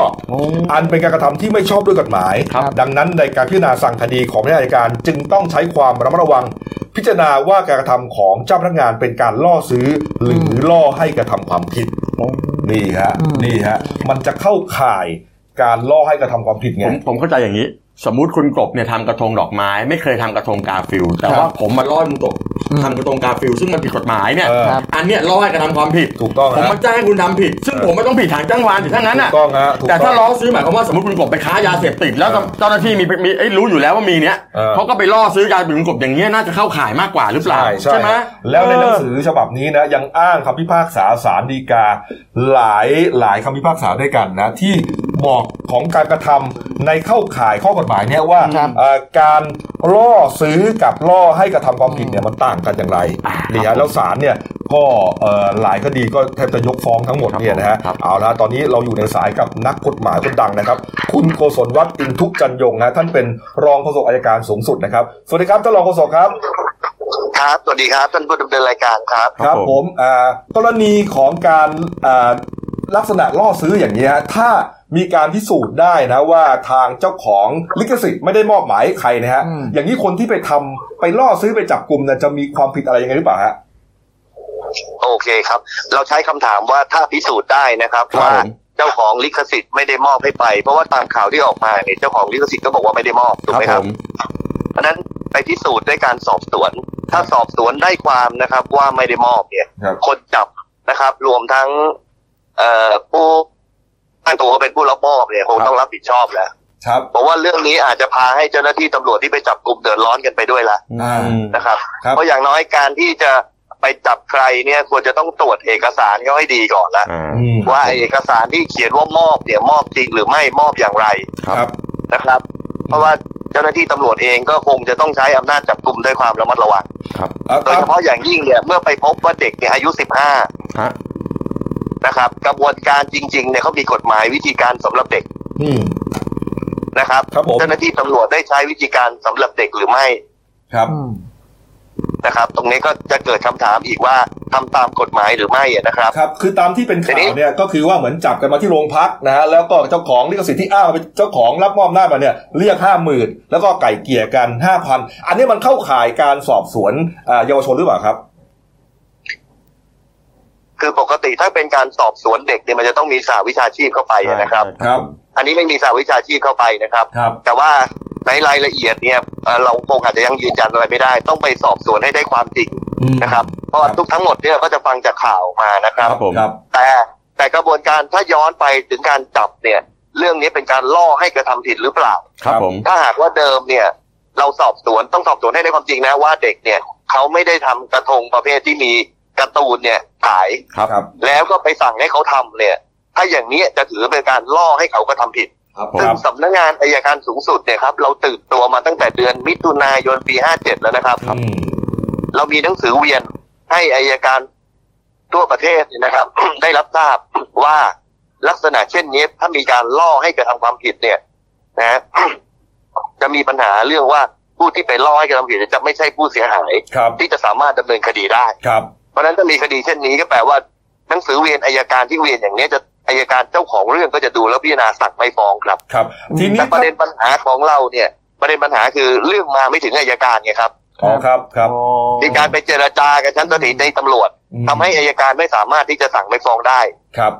E: อันเป็นการกระทำที่ไม่ชอบด้วยกฎหมาย
B: ครับ
E: ดังนั้นในการพิจารณาสั่งคดีของพนักงานอัยการจึงต้องใช้ความระมัดระวัง พิจารณาว่าการกระทำของเจ้าพนักงานเป็นการล่อซื้อ หรือล่อให้กระทำความผิดนี่ฮะนี่ฮะมันจะเข้าข่ายการล่อให้กระทำความผิดไง
B: ผมผมเข้าใจอย่างนี้ สมมติคุณกบเนี่ยทำกระทงดอกไม้ ไม่เคยทำกระทงกาฟิลแต่ว่าผมมาล่อคุณกบทำกระทงกาฟิลซึ่งมันผิดกฎหมายเนี่ย
E: เออครับ
B: อันเนี้ยล่อให้กระทำความผิด
E: ถูกต้อง
B: ผม
E: ฮะ
B: มาจ้างให้คุณทำผิด ซึ่งผมไม่ต้องผิดฐานจ้างวานถึงทั้งนั้น
E: ถู
B: อ่ะ
E: กต้องฮะถูก
B: แต่
E: ต้
B: ถ้า
E: อง
B: ล้อซื้อหมายความว่าสมมติคุณกบไปค้ายาเสพติดแล้ว
E: เออ
B: เจ้าหน้าที่มีมีเอ้ยรู้อยู่แล้วว่ามีเนี้ย
E: เออ
B: เขาก็ไปล่อซื้อยาเสพติดคุณกบอย่างเงี้ยน่าจะเข้าข่ายมากกว่าหรือเปล่า
E: ใช่ใช่
B: ไหม
E: แล้วในหนังสือฉบับนี้นะยังอ้างคำพิพากษาสารดีกา หลายหลายคำพิพากษาด้วยกันนะที่บอกของการกระทำในเข้าข่ายข้อกฎหมายเนี่ยว่า
C: ครับ
E: เอ่อการล่อซื้อกับล่อให้กระทำความผิดเนี่ยมันต่างกันอย่างไร
B: อ่าครับ
E: นี่ฮะแล้วศาลเนี่ยก็เอ่อหลายคดีก็แทบจะยกฟ้องทั้งหมด
B: ครับ
E: เนี่ยนะฮะ
B: ครับ
E: เอาละตอนนี้เราอยู่ในสายกับนักกฎหมายคนดังนะครับ คุณโกศลวัฒน์อินทุกจันยงฮะท่านเป็นรองโฆษกอายการสูงสุดนะครับสวัสดีครับท่านรองโฆษกครับ
D: ครับ สวัสดีครับท่านผู้ดำเนินรายการครับ
E: ครับ
B: ครับ
E: ผ
B: ผม ม
E: อ่ากรณีของการอ่าลักษณะล่อซื้ออย่างนี้ฮะถ้ามีการพิสูจน์ได้นะว่าทางเจ้าของลิขสิทธิ์ไม่ได้มอบหมายให้ใครนะฮะ
C: อืม
E: อย่างนี้คนที่ไปทำไปล่อซื้อไปจับกลุ่มนะจะมีความผิดอะไรยังไงหรือเปล่าฮะ
D: โอเคครับ เราใช้คำถามว่าถ้าพิสูจน์ได้นะครับ
B: ครับ
D: ว่า
B: ผม
D: เจ้าของลิขสิทธิ์ไม่ได้มอบให้ไป เพราะว่าตามข่าวที่ออกมาเนี่ยเจ้าของลิขสิทธิ์ก็บอกว่าไม่ได้มอบถูกไหมครับ
B: ผม
D: เพราะฉะนั้นไปพิสูจน์ด้วยการสอบสวน ถ้าสอบสวนได้ความนะครับ ว่าไม่ได้มอบเนี่ย
E: ครับ
D: คนจับนะครับ รวมทั้ง เอ่อผู้ตั้งตัวว่าเป็นผู้รับมอบเนี่ยคงต้องรับผิดชอบแหละ
E: ครับ
D: เพราะว่าเรื่องนี้อาจจะพาให้เจ้าหน้าที่ตำรวจที่ไปจับกลุ่มเดือดร้อนกันไปด้วยละ
E: อ่า
D: นะครับ
E: ครับ
D: เพราะอย่างน้อยการที่จะ ไปจับใครเนี่ยควรจะต้องตรวจเอกสารเขาให้ดีก่อนละ
B: อ่า
E: อืม
D: ว่าเอกสารที่เขียนว่ามอบเนี่ยมอบจริงหรือไม่มอบอย่างไร
E: ครับ
D: นะครับ เพราะว่าเจ้าหน้าที่ตำรวจเองก็คงจะต้องใช้อำนาจจับกลุ่มด้วยความระมัดระวัง
B: ครับ
D: โดยเฉพาะอย่างยิ่งเนี่ยเมื่อไปพบว่าเด็กเนี่ยอายุ 15
B: ฮะ
D: นะครับ กระบวนการจริงๆเนี่ยเขามีกฎหมายวิธีการสำหรับเด็ก
E: อืม
D: นะครับ
E: ครับผม
D: เจ้าหน้าที่ตำรวจได้ใช้วิธีการสำหรับเด็กหรือไม่
E: ครับ
D: นะครับตรงนี้ก็จะเกิดคำถามอีกว่าทำตามกฎหมายหรือไม่อะนะครับ
E: ครับ คือตามที่เป็นข่า
D: ทีนี้
E: วเนี่ยก็คือว่าเหมือนจับกันมาที่โรงพักนะฮะแล้วก็เจ้าของลิขสิทธิ์ที่อ้างว่าเป็นเจ้าของรับมอบหน้าจมาเนี่ยเรียกห้าหมื่นแล้วก็ไก่เกลี่ยกันห้าพันอันนี้มันเข้าข่ายการสอบสวนอ่าเยาวชนหรือเปล่าครับ
D: คือปกติถ้าเป็นการสอบสวนเด็กเนี่ยมันจะต้องมีสาวิชาชีพเข้าไปอะนะครับ
B: ใช่ครับ
D: อันนี้ไม่มีสาวิชาชีพเข้าไปนะครับ
E: ครับ
D: แต่ว่าในรายละเอียดเนี่ยเอ่อเราคงอาจจะยังยืนยันอะไรไม่ได้ ต้องไปสอบสวนให้ได้ความจริงนะครับ เพราะว่าทุกทั้งหมดเนี่ยก็จะฟังจากข่าวมานะครับ
B: ครับผม
E: ครับ
D: แต่แต่กระบวนการถ้าย้อนไปถึงการจับเนี่ย เรื่องนี้เป็นการล่อให้กระทำผิดหรือเปล่า
B: ครับผม
D: ถ้าหากว่าเดิมเนี่ย เราสอบสวนต้องสอบสวนให้ได้ความจริงนะว่าเด็กเนี่ย เขาไม่ได้ทำกระทงประเภทที่มีการ์ตูนเนี่ยขาย
B: ครับ
E: ครับ
D: แล้วก็ไปสั่งให้เขาทำเนี่ย ถ้าอย่างนี้จะถือเป็นการล่อให้เขากระทำผิด
E: ครับ
D: ซึ่งสำนักงานอายการสูงสุดเนี่ยครับเราตื่นตัวมาตั้งแต่เดือนมิถุนายนปี 57 แล้วนะครับ
E: อืม
D: เรามีหนังสือเวียนให้อายการทั่วประเทศเนี่ยนะครับ ได้รับทราบว่าลักษณะเช่นนี้ถ้ามีการล่อให้กระทำความผิดเนี่ย นะ จะมีปัญหาเรื่องว่าผู้ที่ไปล่อให้กระทำผิดจะไม่ใช่ผู้เสียหาย
E: ครับ
D: ที่จะสามารถดำเนินคดีได้
E: ครับ
D: เพราะฉะนั้นถ้ามีคดีเช่นนี้ก็แปลว่าหนังสือเวียนอายการที่เวียนอย่างนี้จะอายการเจ้าของเรื่องก็จะดูแล้วพิจารณาสั่งไม่ฟ้องครับ
E: ครับ ทีนี้
D: แต่ประเด็นปัญหาของเราเนี่ย ประเด็นปัญหาคือเรื่องมาไม่ถึงอายการไงครับ
E: อ๋อครับครับ
D: มีการไปเจรจากับชั้นต้นในตำรวจทำให้อายการไม่สามารถที่จะสั่งไปฟ้องได้
E: ครับ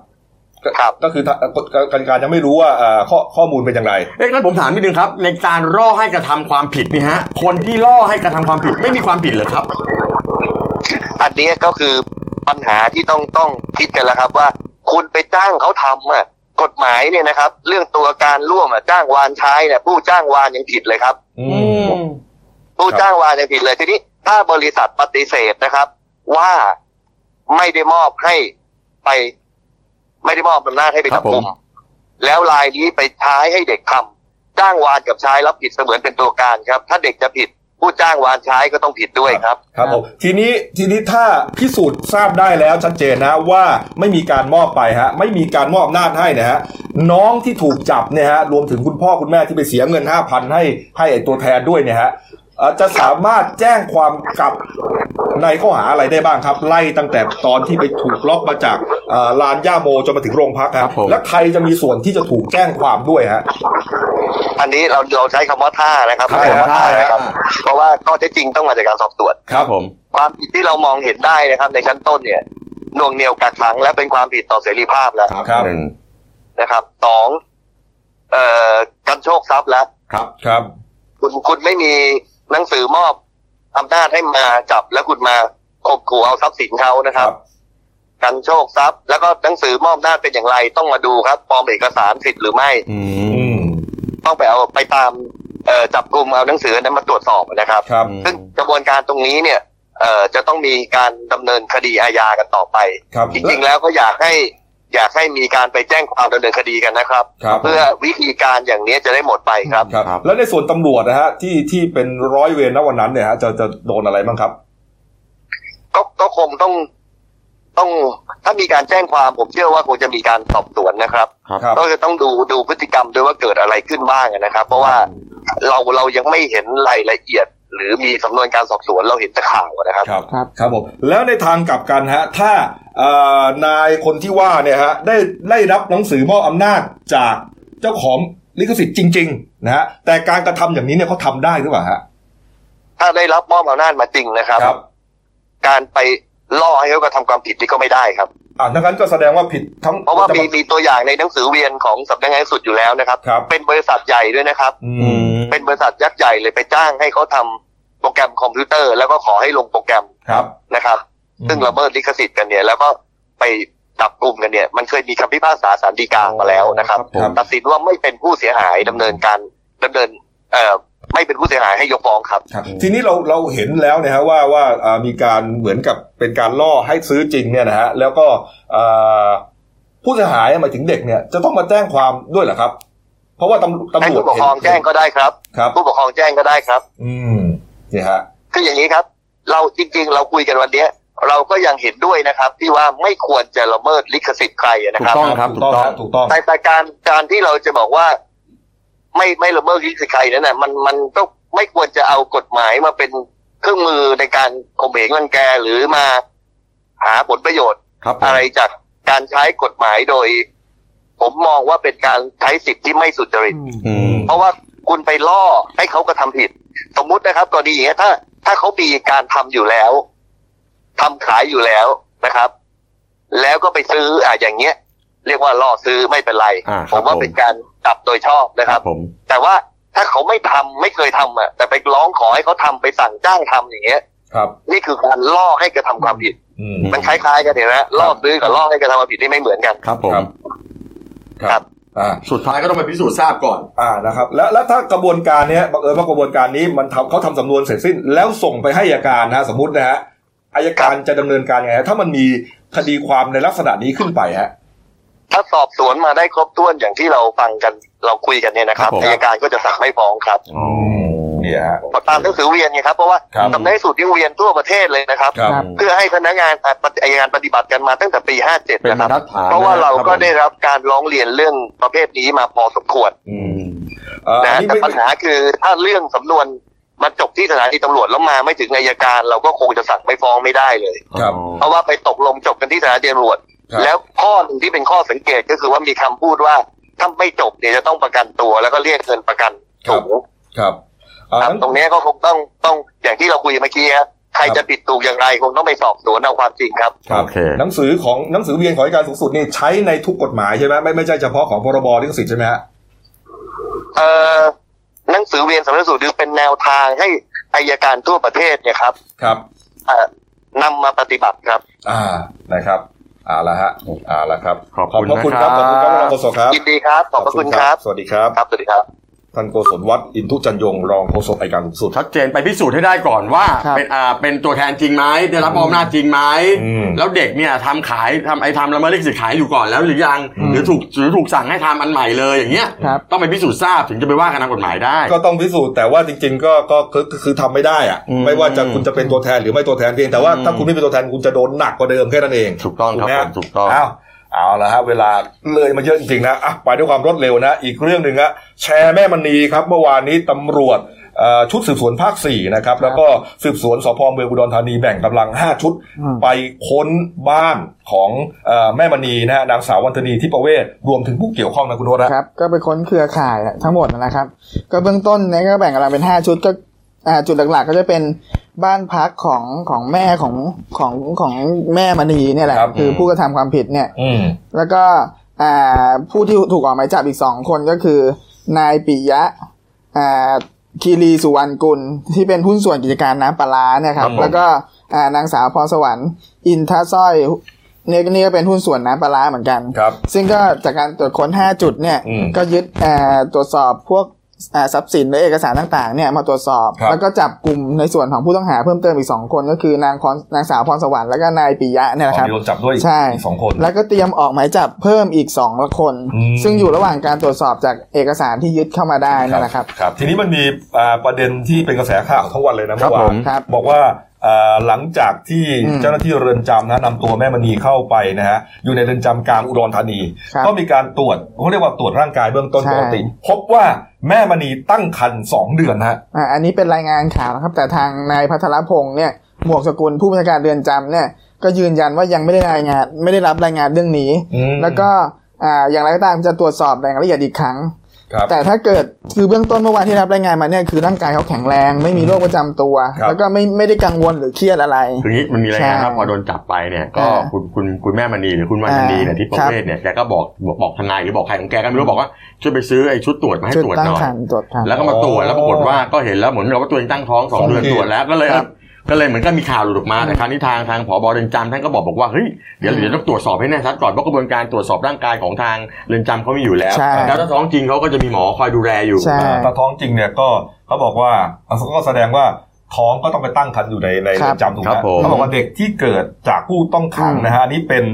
E: ก็
D: ครับ
E: ก็คือถ้ากรรมการยังไม่รู้ว่าอ่าข้อข้อมูลเป็นอย่างไร
B: เอ๊ะงั้นผมถามนิดนึงครับ ในการล่อให้กระทำความผิดนี่ฮะ คนที่ล่อให้กระทำความผิดไม่มีความผิดเหรอครับ
D: อันนี้ก็คือปัญหาที่ต้องต้องคิดกันแล้วครับว่า คุณไปจ้างเขาทำอ่ะกฎหมายเนี่ยนะครับ เรื่องตัวการร่วมอ่ะจ้างวานใช้เนี่ยผู้จ้างวานยังผิดเลยครับ
E: อืม
D: ผู้
E: ครับ
D: จ้างวานยังผิดเลยทีนี้ถ้าบริษัทปฏิเสธนะครับ ว่าไม่ได้มอบให้ไป ไม่ได้มอบอำนาจให้ไปจับ
B: ครับผม
D: กลุ่มแล้วรายนี้ไปใช้ให้เด็กทำจ้างวานกับใช้รับผิดเสมือนเป็นตัวการครับ ถ้าเด็กจะผิด ผู้จ้างวานใช้ก็ต้องผิดด้วยครับ
E: ครับผมทีนี้ทีนี้ถ้าพิสูจน์ทราบได้แล้วชัดเจนนะว่าไม่มีการมอบไปฮะไม่มีการมอบอำนาจให้นะฮะน้องที่ถูกจับเนี่ยฮะรวมถึงคุณพ่อคุณแม่ที่ไปเสียเงินห้าพันให้ให้ไอ้ตัวแทนด้วยเนี่ยฮะเอ่อจะสามารถแจ้งความกลับในข้อหาอะไรได้บ้างครับ ไล่ตั้งแต่ตอนที่ไปถูกล็อกมาจากเอ่อลานย่าโมจนมาถึงโรงพัก
B: ครั
E: ครั
B: บบ ผม
E: และใครจะมีส่วนที่จะถูกแจ้งความด้วยฮะ
D: อันนี้เราเราใช้คำว่าท่านะครับ
E: ครับ
D: ใช้คำว่
B: ผมท่า
D: นะครับ
B: อ่
D: เพราะว่าข้อเท็จจริงต้องมาจากการสอบสวน
B: ครับผม
D: ความผิดที่เรามองเห็นได้นะครับ ในชั้นต้นเนี่ยหน่วงเหนียวกักขัง และเป็นความผิดต่อเสรีภาพแล้ว
E: ครับ
D: นะครับสองเอ่อกันโชคทรัพย์แล้ว
E: ครับครับ
D: คุณคุณไม่มีหนังสือมอบอำนาจให้มาจับ แล้วคุณมาข่มขู่เอาทรัพย์สินเขานะครับ กันโชคทรัพย์ แล้วก็หนังสือมอบอำนาจเป็นอย่างไร ต้องมาดูครับปลอมเอกสารสิทธิ์หรือไม่
B: อื
E: อื
B: ม
E: ม
D: ต้องไปเอาไปตามเอ่อจับกลุ่มเอาหนังสือนั้นมาตรวจสอบนะครับ
E: ครับ
D: ซึ่งกระบวนการตรงนี้เนี่ยเอ่อจะต้องมีการดำเนินคดีอาญากันต่อไป
E: ครับ
D: จริงๆแล้วก็อยากให้อยากให้มีการไปแจ้งความดำเนินคดีกันนะครับ
E: ครับ
D: เพื่อวิธีการอย่างนี้จะได้หมดไปครับ
E: ครับแล้วในส่วนตำรวจนะฮะที่ที่เป็นร้อยเวรณวันนั้นเนี่ยฮะจะจะโดนอะไรบ้างครับ
D: ก็ก็คงต้องต้องถ้ามีการแจ้งความผมเชื่อว่าคงจะมีการสอบสวนนะครับ
E: ครับ
D: ก็จะต้องดูดูพฤติกรรมด้วยว่าเกิดอะไรขึ้นบ้างนะครับ เพราะว่าเราเรายังไม่เห็นรายละเอียด หรือมีสำนวนการสอบสวนเราเห็นแต่ข่าวนะครับ
E: ครับ
C: ครับ
E: ครับผมแล้วในทางกลับกันฮะถ้าเอ่อนายคนที่ว่าเนี่ยฮะได้ได้รับหนังสือมอบอำนาจจากเจ้าของลิขสิทธิ์จริงๆนะฮะแต่การกระทำอย่างนี้เนี่ยเขาทำได้หรือเปล่าฮะ
D: ถ้าได้รับมอบอำนาจมาจริงนะครับ การไปล่อให้เขากระทำความผิดนี่ก็ไม่ได้ครับ
E: อ่าดังนั้นก็แสดงว่าผิดทั้ง
D: เพราะว่ามีมีตัวอย่างในหนังสือเวียนของสำนักงานสุดอยู่แล้วนะครับ
E: ครับ
D: เป็นบริษัทใหญ่ด้วยนะครับ
E: อื
B: อื
E: ม
B: ม
D: เป็นบริษัทยักษ์ใหญ่เลยไปจ้างให้เขาทำโปรแกรมคอมพิวเตอร์ แล้วก็ขอให้ลงโปรแกรม
E: ครับ
D: นะครับ ซึ่งละเมิดลิขสิทธิ์กันเนี่ยแล้วก็ไปจับกลุ่มกันเนี่ย มันเคยมีคำพิพากษาศาลฎีกามาแล้วนะครับ
E: ครับ
D: ตัดสินว่าไม่เป็นผู้เสียหายดำเนินการดำเนินเอ่อ ไม่เป็นผู้เสียหายให้ยกฟ้องครับ
E: ครับทีนี้เราเราเห็นแล้วนะฮะว่าว่าอ่ามีการเหมือนกับเป็นการล่อให้ซื้อจริงเนี่ยนะฮะแล้วก็อ่าผู้เสียหายหมายถึงเด็กเนี่ยจะต้องมาแจ้งความด้วยเหรอครับ เพราะว่าตำตำ
D: ให้
E: รวจ
D: ผู้ปกครองแจ้งก็ได้ครับ
E: ครับ
D: ผู้ปกครองแจ้งก็ได้ครับ
E: อืมเนี่ยฮะ
D: คืออย่างนี้ครับ เราจริงๆ เราคุยกันวันเนี้ย เราก็ยังเห็นด้วยนะครับ ที่ว่าไม่ควรจะละเมิดลิขสิทธิ์ใคร
B: ถู
D: นะค
B: ก
D: รับ
B: ต้องครับถูกต้อง
E: ถูกต้อง
D: แต่แต่การการที่เราจะบอกว่า ไม่ไม่ละเมิดลิขสิทธิ์ใครนั่นน่ะมันมันต้องไม่ควรจะเอากฎหมายมาเป็นเครื่องมือในการข่มเหงรังแกหรือมาหาผลประโยชน์
B: ครับผม
D: อะไรจากการใช้กฎหมายโดย ผมมองว่าเป็นการใช้สิทธิ์ที่ไม่สุจริต
B: อืม
D: เพราะว่าคุณไปล่อให้เขากระทำผิด สมมุตินะครับกรณีอย่างเงี้ยถ้า ถ้าเขามีการทำอยู่แล้วทำขายอยู่แล้วนะครับ แล้วก็ไปซื้ออ่ะอย่างเงี้ย เรียกว่าล่อซื้อไม่เป็นไร
B: อ่าค
D: ผ
B: รับ
D: มว่า
B: ผม
D: เป็นการจับโดยชอบนะ
B: ค
D: ค
B: รั
D: รั
B: บบ ผม
D: แต่ว่าถ้าเขาไม่ทำไม่เคยทำอ่ะแต่ไปร้องขอให้เขาทำไปสั่งจ้างทำอย่างเงี้ย
E: ครับ
D: นี่คือการล่อให้กระทำความผิด
E: อืม
D: มันคล้ายๆกันเห็นไหมล่อซื้อกับล่อให้กระทำความผิดนี่ไม่เหมือนกัน
B: ครับผม
E: ครับ
D: ครับ
E: อ่า
B: สุดท้ายก็ต้องไปพิสูจน์ทราบก่อน
E: อ่านะครับแล้วแล้วถ้ากระบวนการเนี้ยบังเอิญว่ากระบวนการนี้มันทำเขาทำสำนวนเสร็จสิ้น แล้วส่งไปให้อัยการนะสมมตินะฮะอัยการจะดำเนินการยังไงฮะถ้ามันมีคดีความในลักษณะนี้ขึ้นไปฮะ
D: ถ้าสอบสวนมาได้ครบถ้วนอย่างที่เราฟังกันเราคุยกันเนี่ยนะครับ
B: ครับผม
D: อัยการก็จะสั่งไม่ฟ้องครับ
B: อ๋อ
E: เนี่ยฮะ
D: เพราะตามหนังสือเวียนไงครับเพราะว่า
E: ครับ
D: ทำในกสุดยังเวียนทั่วประเทศเลยนะครับ
E: ครับ
C: ครับ
D: เพื่อให้พนักงานอ่ะปฏิอัยการปฏิบัติกันมาตั้งแต่ปี
B: เป็น
D: 57 นะ
B: บ
D: ค
B: ร
D: รับ
B: รทัดฐาน
D: เพราะว่าเราก็ได้
B: คบ
D: รับการร้องเรียนเรื่องประเภทนี้มาพอสมควร
E: อื
B: อื
E: ม
B: ม
E: เอ่อ
D: นะ
E: อัน
D: ฮะ
E: นี้
D: แต่
E: ไม่
D: ปัญหาคือถ้าเรื่องสำนวนมันจบที่สถานีตำรวจแล้วมาไม่ถึงอัยการ เราก็คงจะสั่งไม่ฟ้องไม่ได้เลย
E: ครับ
D: เพราะว่าไปตกลงจบกันที่สถานีตำรวจ
E: ครับ
D: แล้วข้อหนึ่งที่เป็นข้อสังเกตก็คือว่ามีคำพูดว่าถ้าไม่จบเนี่ยจะต้องประกันตัวแล้วก็เรียกเงินประกันสูง
E: ครับอ่า
D: ครับ
E: งั้น
D: ตรงเนี้ยก็คงต้องต้องอย่างที่เราคุยเมื่อกี้ครับใคร
E: ครับ
D: จะผิดถูกอย่างไรคงต้องไปสอบสวนเอาความจริงครับ
E: ครับ
B: โอเค
E: หนังสือของหนังสือเวียนของอัยการสูงสุดนี่ใช้ในทุกกฎหมายใช่ไหมไม่ไม่ใช่เฉพาะของพรบลิขสิทธิ์ใช่ไหมฮะ
D: เอ่อหนังสือเวียนสำนักสูตรหรือเป็นแนวทางให้อายการทั่วประเทศเนี่ยครับ
E: ครับ
D: เอ่อนำมาปฏิบัติครับ
E: อ่านะครับเอ่าละฮะเอ่าละครับ
B: ขอบคุณ
E: พระคุณครับขอบคุณครับรองโฆษกครับ
D: ยินดีครับ ขอบพระคุณครับ
E: สวัสดีครับ
D: ครับสวัสดีครับ
E: ท่านโกศลวัฒน์อินทุจันยงรองโฆษกอัยการสูงสุด
B: ชัดเจนไปพิสูจน์ให้ได้ก่อนว่า
C: ครับ
B: เป็นอ่าเป็นตัวแทนจริงไหมได้รับมอบหน้าจจริงไหม
E: อืม
B: แล้วเด็กเนี่ยทำขายทำไอ้ทำละเมิดลิขสิทธิ์ขายอยู่ก่อนแล้วหรือยัง
E: อืม
B: หรือถูกหรือถูกสั่งให้ทำอันใหม่เลยอย่างเงี้ย
C: ครับ
B: ต้องไปพิสูจน์ทราบถึงจะไปว่ากันทางกฎหมายได้
E: ก็ต้องพิสูจน์แต่ว่าจริงๆก็ก็คือคือคือทำไม่ได้อะ
B: อืม
E: ไม่ว่าจะคุณจะเป็นตัวแทนหรือไม่ตัวแทนเพียงแต่ว่า
B: อืม
E: ถ้าคุณไม่เป็นตัวแทนคุณจะโดนหนักกว่าเดิมแค่นั้นเอง
B: ถูกต้องครับ
E: ไหม
B: ผ
E: ฮะ
B: มถูกต้อง
E: เอาเอาละฮะเวลาเลยมาเยอะจริงๆนะอ่ะไปด้วยความรวดเร็วนะ อีกเรื่องหนึ่งอะแชร์แม่มณีครับ เมื่อวานนี้ตำรวจเอ่อชุดสืบสวนภาค4นะครับแล้วก็สืบสวนสพเมืองอุดรธานีแบ่งกำลัง 5 ชุด
C: อืม
E: ไปค้นบ้านของเอ่อแม่มณีนะฮะนางสาววันธนีทิพเวศรวมถึงผู้เกี่ยวข้องนะคุณโนตนะ
G: ครับก็ไปค้นเครือข่ายอะทั้งหมดนั่นแหละครับ ก็เบื้องต้นเนี่ยก็แบ่งกำลังเป็นห้าชุดก็อ่าจุดหลักๆ ก็จะเป็นบ้านพักของของแม่ของของของแม่มณีเนี่ยแหละ
E: ครับ
G: คือ
E: ผม
G: ผู้กระทำความผิดเนี่ย
E: อืม
G: แล้วก็อ่าผู้ที่ถูกออกหมายจับอีกสองคนก็คือนายปิยะอ่าคีรีสุวรรณกุลที่เป็นหุ้นส่วนกิจการน้ำปลาร้าเนี่ยค
E: ครั
G: รั
E: บ บผม
G: แล้วก็อ่านางสาวพรสวรรค์ อินทสร้อยเนี่ยนี่ก็เป็นหุ้นส่วนน้ำปลาร้าเหมือนกัน
E: ครับ
G: ซึ่งก็จากการตรวจค้น 5 จุดเนี่ย
E: อืม
G: ก็ยึดเอ่อตรวจสอบพวกเอ่อทรัพย์สินและเอกสารต่างๆเนี่ยมาตรวจสอบ
E: ครับ
G: แล้วก็จับกลุ่มในส่วนของผู้ต้องหาเพิ่มเติมอีก 2 คนก็คือนางพรนางสาวพรสวรรค์และก็นายปิยะเนี่ย
E: อ๋อ
G: นะครับ
E: มีโดนจับด้วยอีก
G: ใช่
E: อีกสองคน
G: แล้วก็เตรียมออกหมายจับเพิ่มอีก 2 คน
E: อืม
G: ซึ่งอยู่ระหว่างการตรวจสอบจากเอกสารที่ยึดเข้ามาได้นั่นแหละครับ
E: ครับ ทีนี้มันมีอ่าประเด็นที่เป็นกระแสข่าวทั้งวันเลยนะ
B: ครั
E: เมื่
B: บ
E: อ
B: ผ
E: วาน
B: ม
G: ครับ
E: บอกว่าอ่าหลังจากที่
G: อืม
E: เจ้าหน้าที่เรือนจำนะนำตัวแม่มณีเข้าไปนะฮะอยู่ในเรือนจำกลางอุดรธานี
G: ครับ
E: ก็มีการตรวจเขาเรียกว่าตรวจร่างกายเบื้องต้น
G: ใช่
E: ปกติพบว่าแม่มณีตั้งครรภ์สองเดือนฮะ
G: อ่าอันนี้เป็นรายงานข่าวนะครับ แต่ทางนายพัทรพงศ์เนี่ยหมวกสกุลผู้บัญชาการเรือนจำเนี่ยก็ยืนยันว่ายังไม่ได้รายงาน ไม่ได้รับรายงานเรื่องนี้
E: อืม
G: แล้วก็อ่าอย่างไรก็ตามจะตรวจสอบรายละเอียดอีกครั้ง
E: ครับ
G: แต่ถ้าเกิดคือเบื้องต้นเมื่อวานที่รับรายงานมาเนี่ยคือร่างกายเขาแข็งแรง ไม่มีโรคประจำตัว
E: ครับ
G: แล้วก็ไม่ไม่ได้กังวลหรือเครียดอะไร
B: ทีนี้มันมีรายงาน
G: ใช่
B: ว่าพอโดนจับไปเนี่ยก็
G: อ่า
B: คุณคุณคุณแม่มณีหรือคุณวันธนีเนี่ยที่ประ
G: ครับ
B: เวศเนี่ยแกก็บอกบอกบอกทนายหรือบอกใครของแกก็ไม่รู้บอกว่าช่วยไปซื้อไอ้ชุดตรวจมาให้
G: จุด
B: ตรวจ
G: ตั้
B: ห
G: ง
B: น่อย
G: ครรภ์ตรวจครรภ์
B: แล้วก็มาตรวจแล้วปรากฏว่าก็เห็นแล้วเหมือนกับว่าตัวเองตั้งท้องสองเดือน
E: สอง
B: ต
E: เดือน
B: รวจแล้วก็เลย
G: ครับ
B: ก็เลยเหมือนก็มีข่าวหลุดออกมาแต่คราวนี้ทางทางผอบเรือนจำท่านก็บอกบอกว่าเฮ้ยเดี๋ยวเดี๋ยวต้องตรวจสอบให้แน่ชัดก่อนเพราะกระบวนการตรวจสอบร่างกายของทางเรือนจำเขามีอยู่แล้ว
G: ใช่
B: แล้วถ้าท้องจริงเขาก็จะมีหมอคอยดูแลอยู่
G: ใช่
A: ตาท้องจริงเนี่ยก็เขาบอกว่าเขาก็แสดงว่าท้องก็ต้องไปตั้งครรภ์อยู่ในใน
G: ค
A: เรื
G: รั
A: อบ นจำถูกไหมเขาบอกว่าเด็กที่เกิดจากผู้ต้องขังนะฮะอันนี้เป็น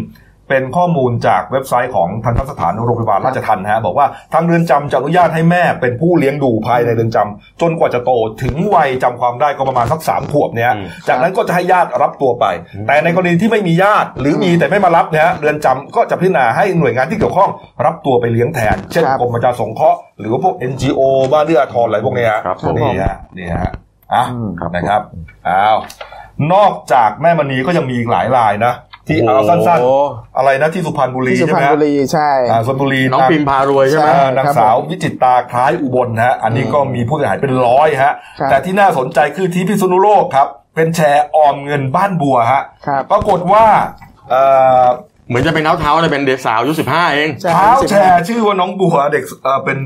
A: เป็นข้อมูลจากเว็บไซต์ของทันตสถานโรงพยาบาลราชทันนะฮะบอกว่าทางเรือนจำจะอนุญาตให้แม่เป็นผู้เลี้ยงดูภายในเรือนจำจนกว่าจะโตถึงวัยจำความได้ก็ประมาณสักสามขวบเนี่ยฮะจากนั้นก็จะให้ญาติรับตัวไป แต่ในกรณีที่ไม่มีญาติ หรือมีแต่ไม่มารับเนี่ยฮะเรือนจำก็จะพิจารณาให้หน่วยงานที่เกี่ยวข้อง รับตัวไปเลี้ยงแทน เช่น
G: ครับ
A: กรมประชาสงเคราะห์หรือว่าพวก NGO บ้านเอื้ออาทรอะไรพวกเนี้ยฮะ
B: ครับผม
A: นี่ฮะนี่ฮะอ่ะ
G: อืม
B: ครับ
A: นะครับอ้าวนอกจากแม่มณีก็ยังมีอีกหลายรายนะ ที่เอาสั้น
B: โอ้โ
A: ๆ อะไรนะที่สุพรรณบุรี
G: ที่สุ
A: ใช่
G: พ
A: ไหม
G: รรณ
A: ฮะ
G: บุรีใช่
A: อ่าสุพรรณบุรี
B: หน้อง
A: าง
B: พิมพารวยใช่ไหม
A: เออนาง
G: ครับ
A: สาววิจิตตาคล้ายอุบลนะฮะอันนี้ก็มีผู้เสียหายเป็นร้อยฮะ
G: ครับ
A: แต่ที่น่าสนใจคือที่พิษณุโลกครับ เป็นแชร์ออมเงินบ้านบัวฮะ
G: ครับ
A: ปรากฏว่าเอ่อ
B: เหมือนจะเป็นเท้าเท้าเลยเป็นเด็กสาวอายุสิบห้าเอง
G: ใช่
A: เท้าแชร์ชื่อว่าน้องบัวเด็กเอ่อเป็น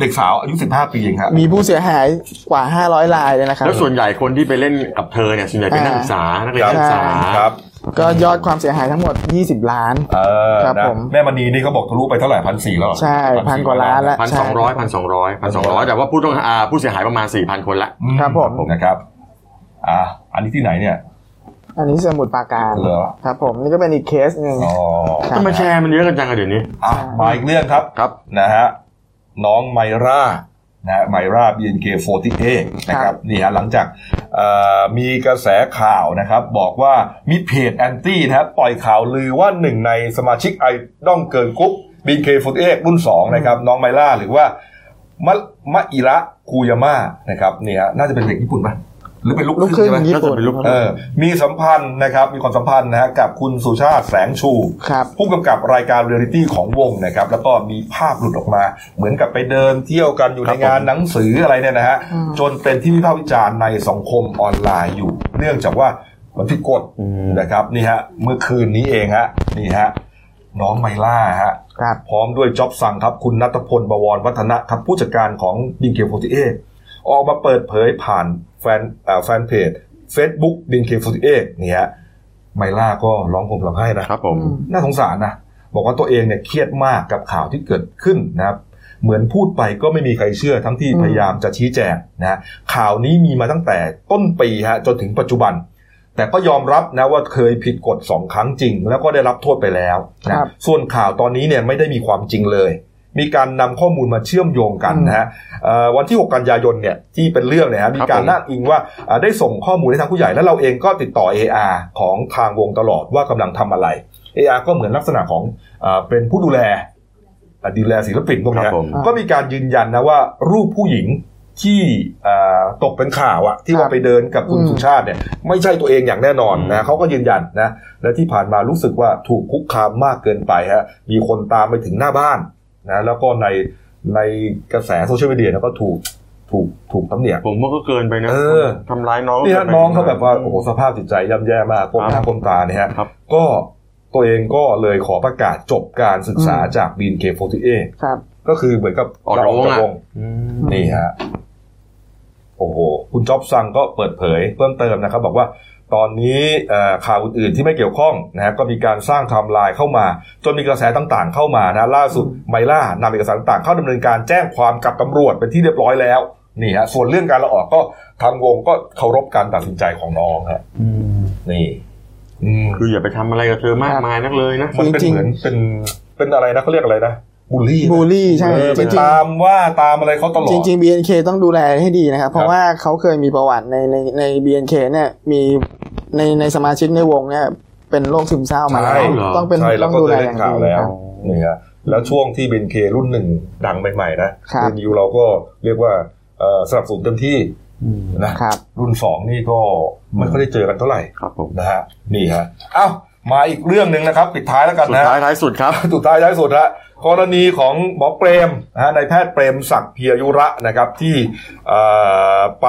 A: เด็กสาวอายุ 15 ปีเองครับ
G: มีผู้เสียหายกว่า 500รายเลยนะครับ
B: แล้วส่วนใหญ่คนที่ไปเล่นกับเธอเนี่ยส่วนใหญ่เป็นนัก
G: อ่า
B: ศึกษานักเรียนนักศึกษา
A: ครับ
G: ก็ยอดความเสียหายทั้งหมด 20 ล้าน
A: เออ
G: ครับ
A: นะ
G: ผม
A: แม่มณีนี่เขาบอกทะลุไปเท่าไหร่พันสี่แล้วเหรอ
G: ใช่พันกว่าล้านแล้ว
B: พันสองร้อยพันสองร้อยพันสองร้อยแต่ว่าผู้ต้องหาอ่าผู้เสียหายประมาณสี่พันคนละ
A: อื
G: ครับผม
A: นะครับอ่ะอันนี้ที่ไหนเนี่ย
G: อันนี้สมุดปราการ
A: เหรอ
G: ครับผมนี่ก็เป็นอีกเคสหนึ่ง
A: อ๋อ
G: ครับ
B: ทำไมแชร์มันเยอะกันจังอะเดี๋ยวนี้
A: อ่ะมาอีกเรื่องครับ
B: ครับ
A: นะฮะน้องไมร่านะฮะไมร่า BNK48 นะค
G: ครั
A: รับบ นี่ฮะหลังจากเอ่อมีกระแสข่าวนะครับ บอกว่ามีเพจแอนตี้นะฮะปล่อยข่าวลือว่าหนึ่งในสมาชิกไอด้อมเกินกรุ๊ป BNK48 รุ่น 2 นะครับ น้องไมร่าหรือว่ามะมะอิระคูยาม่านะครับนี่ฮะน่าจะเป็นเด็กญี่ปุ่นป่ะหรือเป็นลูก
G: ลูก
A: ค
G: ครึ่
A: รึ่
G: ง
A: งใช่ไหม
G: ญี่ปุ่
B: น่าจะ
G: น
B: เป็นลูกครึ่ง
A: เออมีสัมพันธ์นะครับมีความสัมพันธ์นะฮะกับคุณสุชาติแสงชู
G: ครับ
A: ผู้กำกับรายการเรียลลิตี้ของวงนะครับ แล้วก็มีภาพหลุดออกมา เหมือนกับไปเดินเที่ยวกันอยู่ในงานหนังสืออะไรเนี่ยนะฮะ
G: อืม
A: จนเป็นที่วิพากษ์วิจารณ์ในสังคมออนไลน์อยู่ เนื่องจากว่ามันผิดกฎนะครับนี่ฮะเมื่อคืนนี้เองฮะนี่ฮะน้องไมล่าฮะ
G: ครับ
A: พร้อมด้วยจ็อบสั่งครับ คุณนัทพลบวรวัฒนะครับผู้จัดการของบิงเกโฟติเอออกมาเปิดเผยผ่านแฟนเอ่อแฟนเพจ Facebook บิงเกโฟติเอเนี่ยฮะไมล่าก็ร้องผมร้องไห้นะ
B: ครับผม
A: น่าสงสารนะ บอกว่าตัวเองเนี่ยเครียดมากกับข่าวที่เกิดขึ้นนะครับ เหมือนพูดไปก็ไม่มีใครเชื่อทั้งที่
G: อืม
A: พยายามจะชี้แจงนะฮะข่าวนี้มีมาตั้งแต่ต้นปีฮะจนถึงปัจจุบัน แต่ก็ยอมรับนะว่าเคยผิดกฎสองครั้งจริง แล้วก็ได้รับโทษไปแล้วนะส่วนข่าวตอนนี้เนี่ยไม่ได้มีความจริงเลย มีการนำข้อมูลมาเชื่อมโยงกันนะฮะเอ่อวันที่ 6 กันยายนเนี่ยที่เป็นเรื่องเนี่ยฮะมีการ
B: ผม
A: น่าอิงว่าเอ่อได้ส่งข้อมูลให้ทางผู้ใหญ่และเราเองก็ติดต่อ AR ของทางวงตลอดว่ากำลังทำอะไร AR ก็เหมือนลักษณะของเออเป็นผู้ดูแลเอ่อดูแลศิลปินพวกเนี้ย
B: ครับผม
A: ก็มีการยืนยันนะว่ารูปผู้หญิงที่เอ่อตกเป็นข่าวอะที่ว่าไปเดินกับคุณ
G: อืม
A: สุชาติเนี่ยไม่ใช่ตัวเองอย่างแน่นอน
B: อื
A: นะ
B: ม
A: เขาก็ยืนยันนะและที่ผ่านมารู้สึกว่าถูกคุกคามมากเกินไปฮะมีคนตามไปถึงหน้าบ้านนะแล้วก็ในในกระแสโซเชียลมีเดียแล้วก็ถูกถูกถูกตำหนิ
B: ผมว่าก็เกินไปนะ
A: เออ
B: ทำร้ายน้อง
A: นี่ฮะ
B: ไป
A: น้องเขาแบบว่าโอ้โหสภาพจิตใจย่ำแย่มากกลมหน้ากลมตาเนี่ยฮะ
B: ครับ
A: ก็ตัวเองก็เลยขอประกาศจบการศึกษาจากบีนเคโฟตเอ
G: ครับ
A: ก็คือเหมือนกับ
B: ออกจากวง
A: ลา
B: อะ
A: วงนี่ฮะโอ้โหคุณจ๊อบซังก็เปิดเผยเพิ่มเติมนะครับ บอกว่าตอนนี้เอ่อข่าวอื่นๆที่ไม่เกี่ยวข้องนะฮะก็มีการสร้างไทม์ไลน์เข้ามา จนมีกระแสต่างๆ เข้ามานะล่าสุดไมล่านำเอกสารต่างๆเข้าดำเนินการแจ้งความกับตำรวจเป็นที่เรียบร้อยแล้วนี่ฮะส่วนเรื่องการละออกก็ทางวงก็เคารพการตัดสินใจของน้องฮะ
B: อืม
A: นี่อืม
B: คืออย่าไปทำอะไรกับเธอมากมายนักเลยนะ
A: มันเป็น
G: จริงๆ
A: เหมือนเป็นเป็นอะไรนะเขาเรียกอะไรนะบูลลี่นะ
G: บูลลี่ใช่
A: เออ
G: จ
A: ไป
G: ริงๆ
A: ตามว่าตามอะไรเขาตลอด
G: จริงๆ BNK ต้องดูแลให้ดีนะครับ เพ
A: ครับ
G: ราะว่าเขาเคยมีประวัติในในใน BNK เนี่ยมีในในสมาชิกในวงเนี่ยเป็นโรคซึมเศร้ามาแล้ว
A: ใช่
B: เหรอ
G: ต้องเป็น
A: ใช่แล้ว
G: ต้อง
A: ก็
G: ดู
A: เค
G: แล
A: ย
G: อ
A: ได้
G: ย่าง
A: ข่าว
G: ดี
A: แล้
G: คว รับ
A: นี่ฮะแล้วช่วงที่เบนเครุ่นหนึ่งดังใหม่ๆนะครับ เบนยูเราก็เรียกว่าเอ่อสนับสนุนเต็มที่นะครับ รุ่นสองนี่ก็ไม่ค่อยได้เจอกันเท่าไหร่
B: ครับผม
A: นะฮะนี่ฮะเอ้ามาอีกเรื่องหนึ่งนะครับ ปิดท้ายแล้วกัน
B: สุด
A: นะ
B: ท้ายท้ายสุดครับ
A: สุดท้ายท้ายสุดฮะ
E: กรณีของหมอเปรมนะฮะนายแพทย์เปรมศักดิ์เพียยุระนะครับ ที่เอ่อไป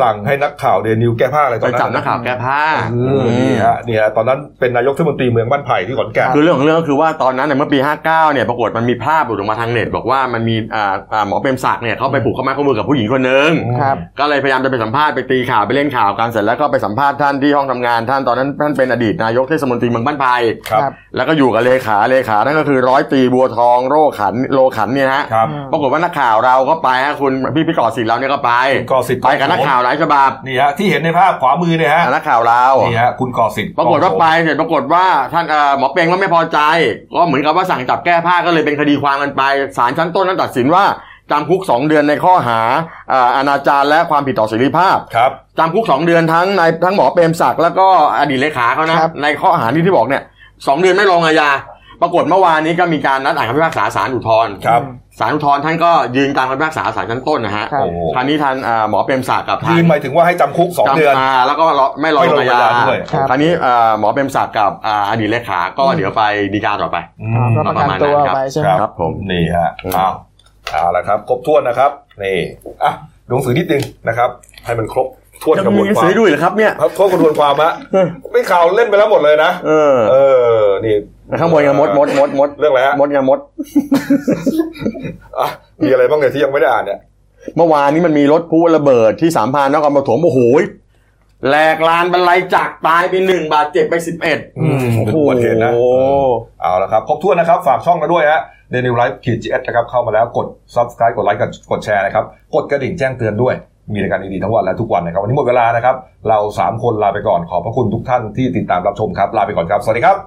E: สั่งให้นักข่าวเดนิวแก้ผ้าอะไรต
B: ไป
E: อนนั้น
B: จับนักข่าวแก้ผ้า
E: อืมนี่ฮะนี่ฮะตอนนั้นเป็นนายกเทศมนตรีเมืองบ้านไผ่ที่ขอนแก่น
B: คือเรื่องของเรื่องก็คือว่าตอนนั้นเนี่ยเมื่อปี 59 เนี่ยปรากฏมันมีภาพหลุดออกมาทางเน็ต บอกว่ามันมีอ่าอ่าหมอเปรมศักดิ์เนี่ยเขาไปผูกข้อไม้ข้อมือกับผู้หญิงคนหนึ่ง
G: ครับ
B: ก็เลยพยายามจะไปสัมภาษณ์ไปตีข่าวไปเล่นข่าวกันเสร็จแล้วก็ไปสัมภาษณ์ท่านที่ห้องทำงานท่านตอนนั้นท่านเป็นอดีตนายกเทศมนตรีเมืองบ้านไผ่
E: ครับ
B: แล้วก็อยู่กับเลขาเลขานั่นก็คือร้อยตรีบัวทองโรขันโลขันเนี่ยนะฮะ
E: ครับ
B: ปรากฏว่านักข่าวเราก็ไปฮะคุณพี่พี่ก่อศิลป์เราเนี่ยก็ไป
E: คุณกอสิทธิ์
B: ไปกับนักข่าวหลายฉบับ
E: นี่ฮะที่เห็นในภาพขวามือเนี่ยฮะ
B: นักข่าวเราน
E: นี่ฮะคุณกอสิทธิ์
B: ปรากฏว่าไปเสร็จปรากฏว่าท่านเอ่อหมอเปงก็ไม่พอใจก็เหมือนกับว่าสั่งจับแก้ผ้าก็เลยเป็นคดีความกันไปศาลชั้นต้นนั้นตัดสินว่าจำคุกสองเดือนในข้อหาเอ่ออนาจารและความผิดต่อเสรีภาพ
E: ครับ
B: จำคุกสองเดือนทั้งนายทั้งหมอเปรมศักดิ์แล้วก็อดีตเลขาเขานะครับ ในข้อหาที่ที่บอกเนี่ยสองเดือนไม่ลงอาญาปรากฏเมื่อวานนี้ก็มีการนัดอ่านคำพิพากษาศาลอุทธรณ์
E: ครับ
B: ศาลอุทธรณ์ท่านก็ยืนตามคำพิพากษาศาลชั้นต้นนะฮะ
G: ครับ
E: โอ้โห
B: คราวนี้ท่านเอ่อหมอเปรมศักดิ์กับทา
E: ยื
B: ง
E: นหมายถึงว่าให้จำคุกสองเดือน
B: จำาแล้วก็รอไม่รอ
E: ไม่
B: ลงอา
E: ลงอา
B: ญา
E: ญาด้วย
G: ครับ
B: คราวนี้เอ่อหมอเปรมศักดิ์กับอ่าอดีตเลขาก็เดี๋ยวไปดีกาต่อไป
E: อื
G: อ๋อ
E: ม
G: ก็ประกันตัวออกไปใช่ไหม
E: ครับ
B: ครับผม
E: นี่ฮะ
B: อืม
E: อ้าวเอาละครับ ครบถ้วนนะครับ นี่อ่ะดูหนังสือนิดนึงนะครับ ให้มันครบถ้วนก
B: จะ
E: ระบ
B: มี
E: วน
B: หนัง
E: ควา
B: สื
E: ม
B: อด้วยเหรอครับเนี่ย
E: ครับครบกระบวนความฮะไม่ข่าวเล่นไปแล้วหมดเลยนะ
B: เออ
E: เออ นี่
B: ข้างบนยังมดมดมดมด
E: เรื่องอะไรฮะ
B: มดยังมด
E: อ่ะมีอะไรบ้างเนี่ยที่ยังไม่ได้อ่านเนี่ย
B: เมื่อวานนี้มันมีรถพลุระเบิดที่สามพานนครปฐมโอ้โหยแหลกลานบรรลัยจักรตายไปหนึ่งบาดเจ็บไปสิบเอ็ด
E: อืม
B: โอ้โห
E: อุบัติเหตุนะ เอาละครับ ครบถ้วนนะครับ ฝากช่องเราด้วยฮะเดนิวไลฟ์ขีดจีเอสนะครับ เข้ามาแล้วกด subscribe กดไลค์กดกดแชร์นะครับ กดกระดิ่งแจ้งเตือนด้วย มีรายการดีๆทั้งวันและทุกวันนะครับ วันนี้หมดเวลานะครับ เรา 3 คนลาไปก่อน ขอบพระคุณทุกท่านที่ติดตามรับชมครับ ลาไปก่อนครับ สวัสดีครับ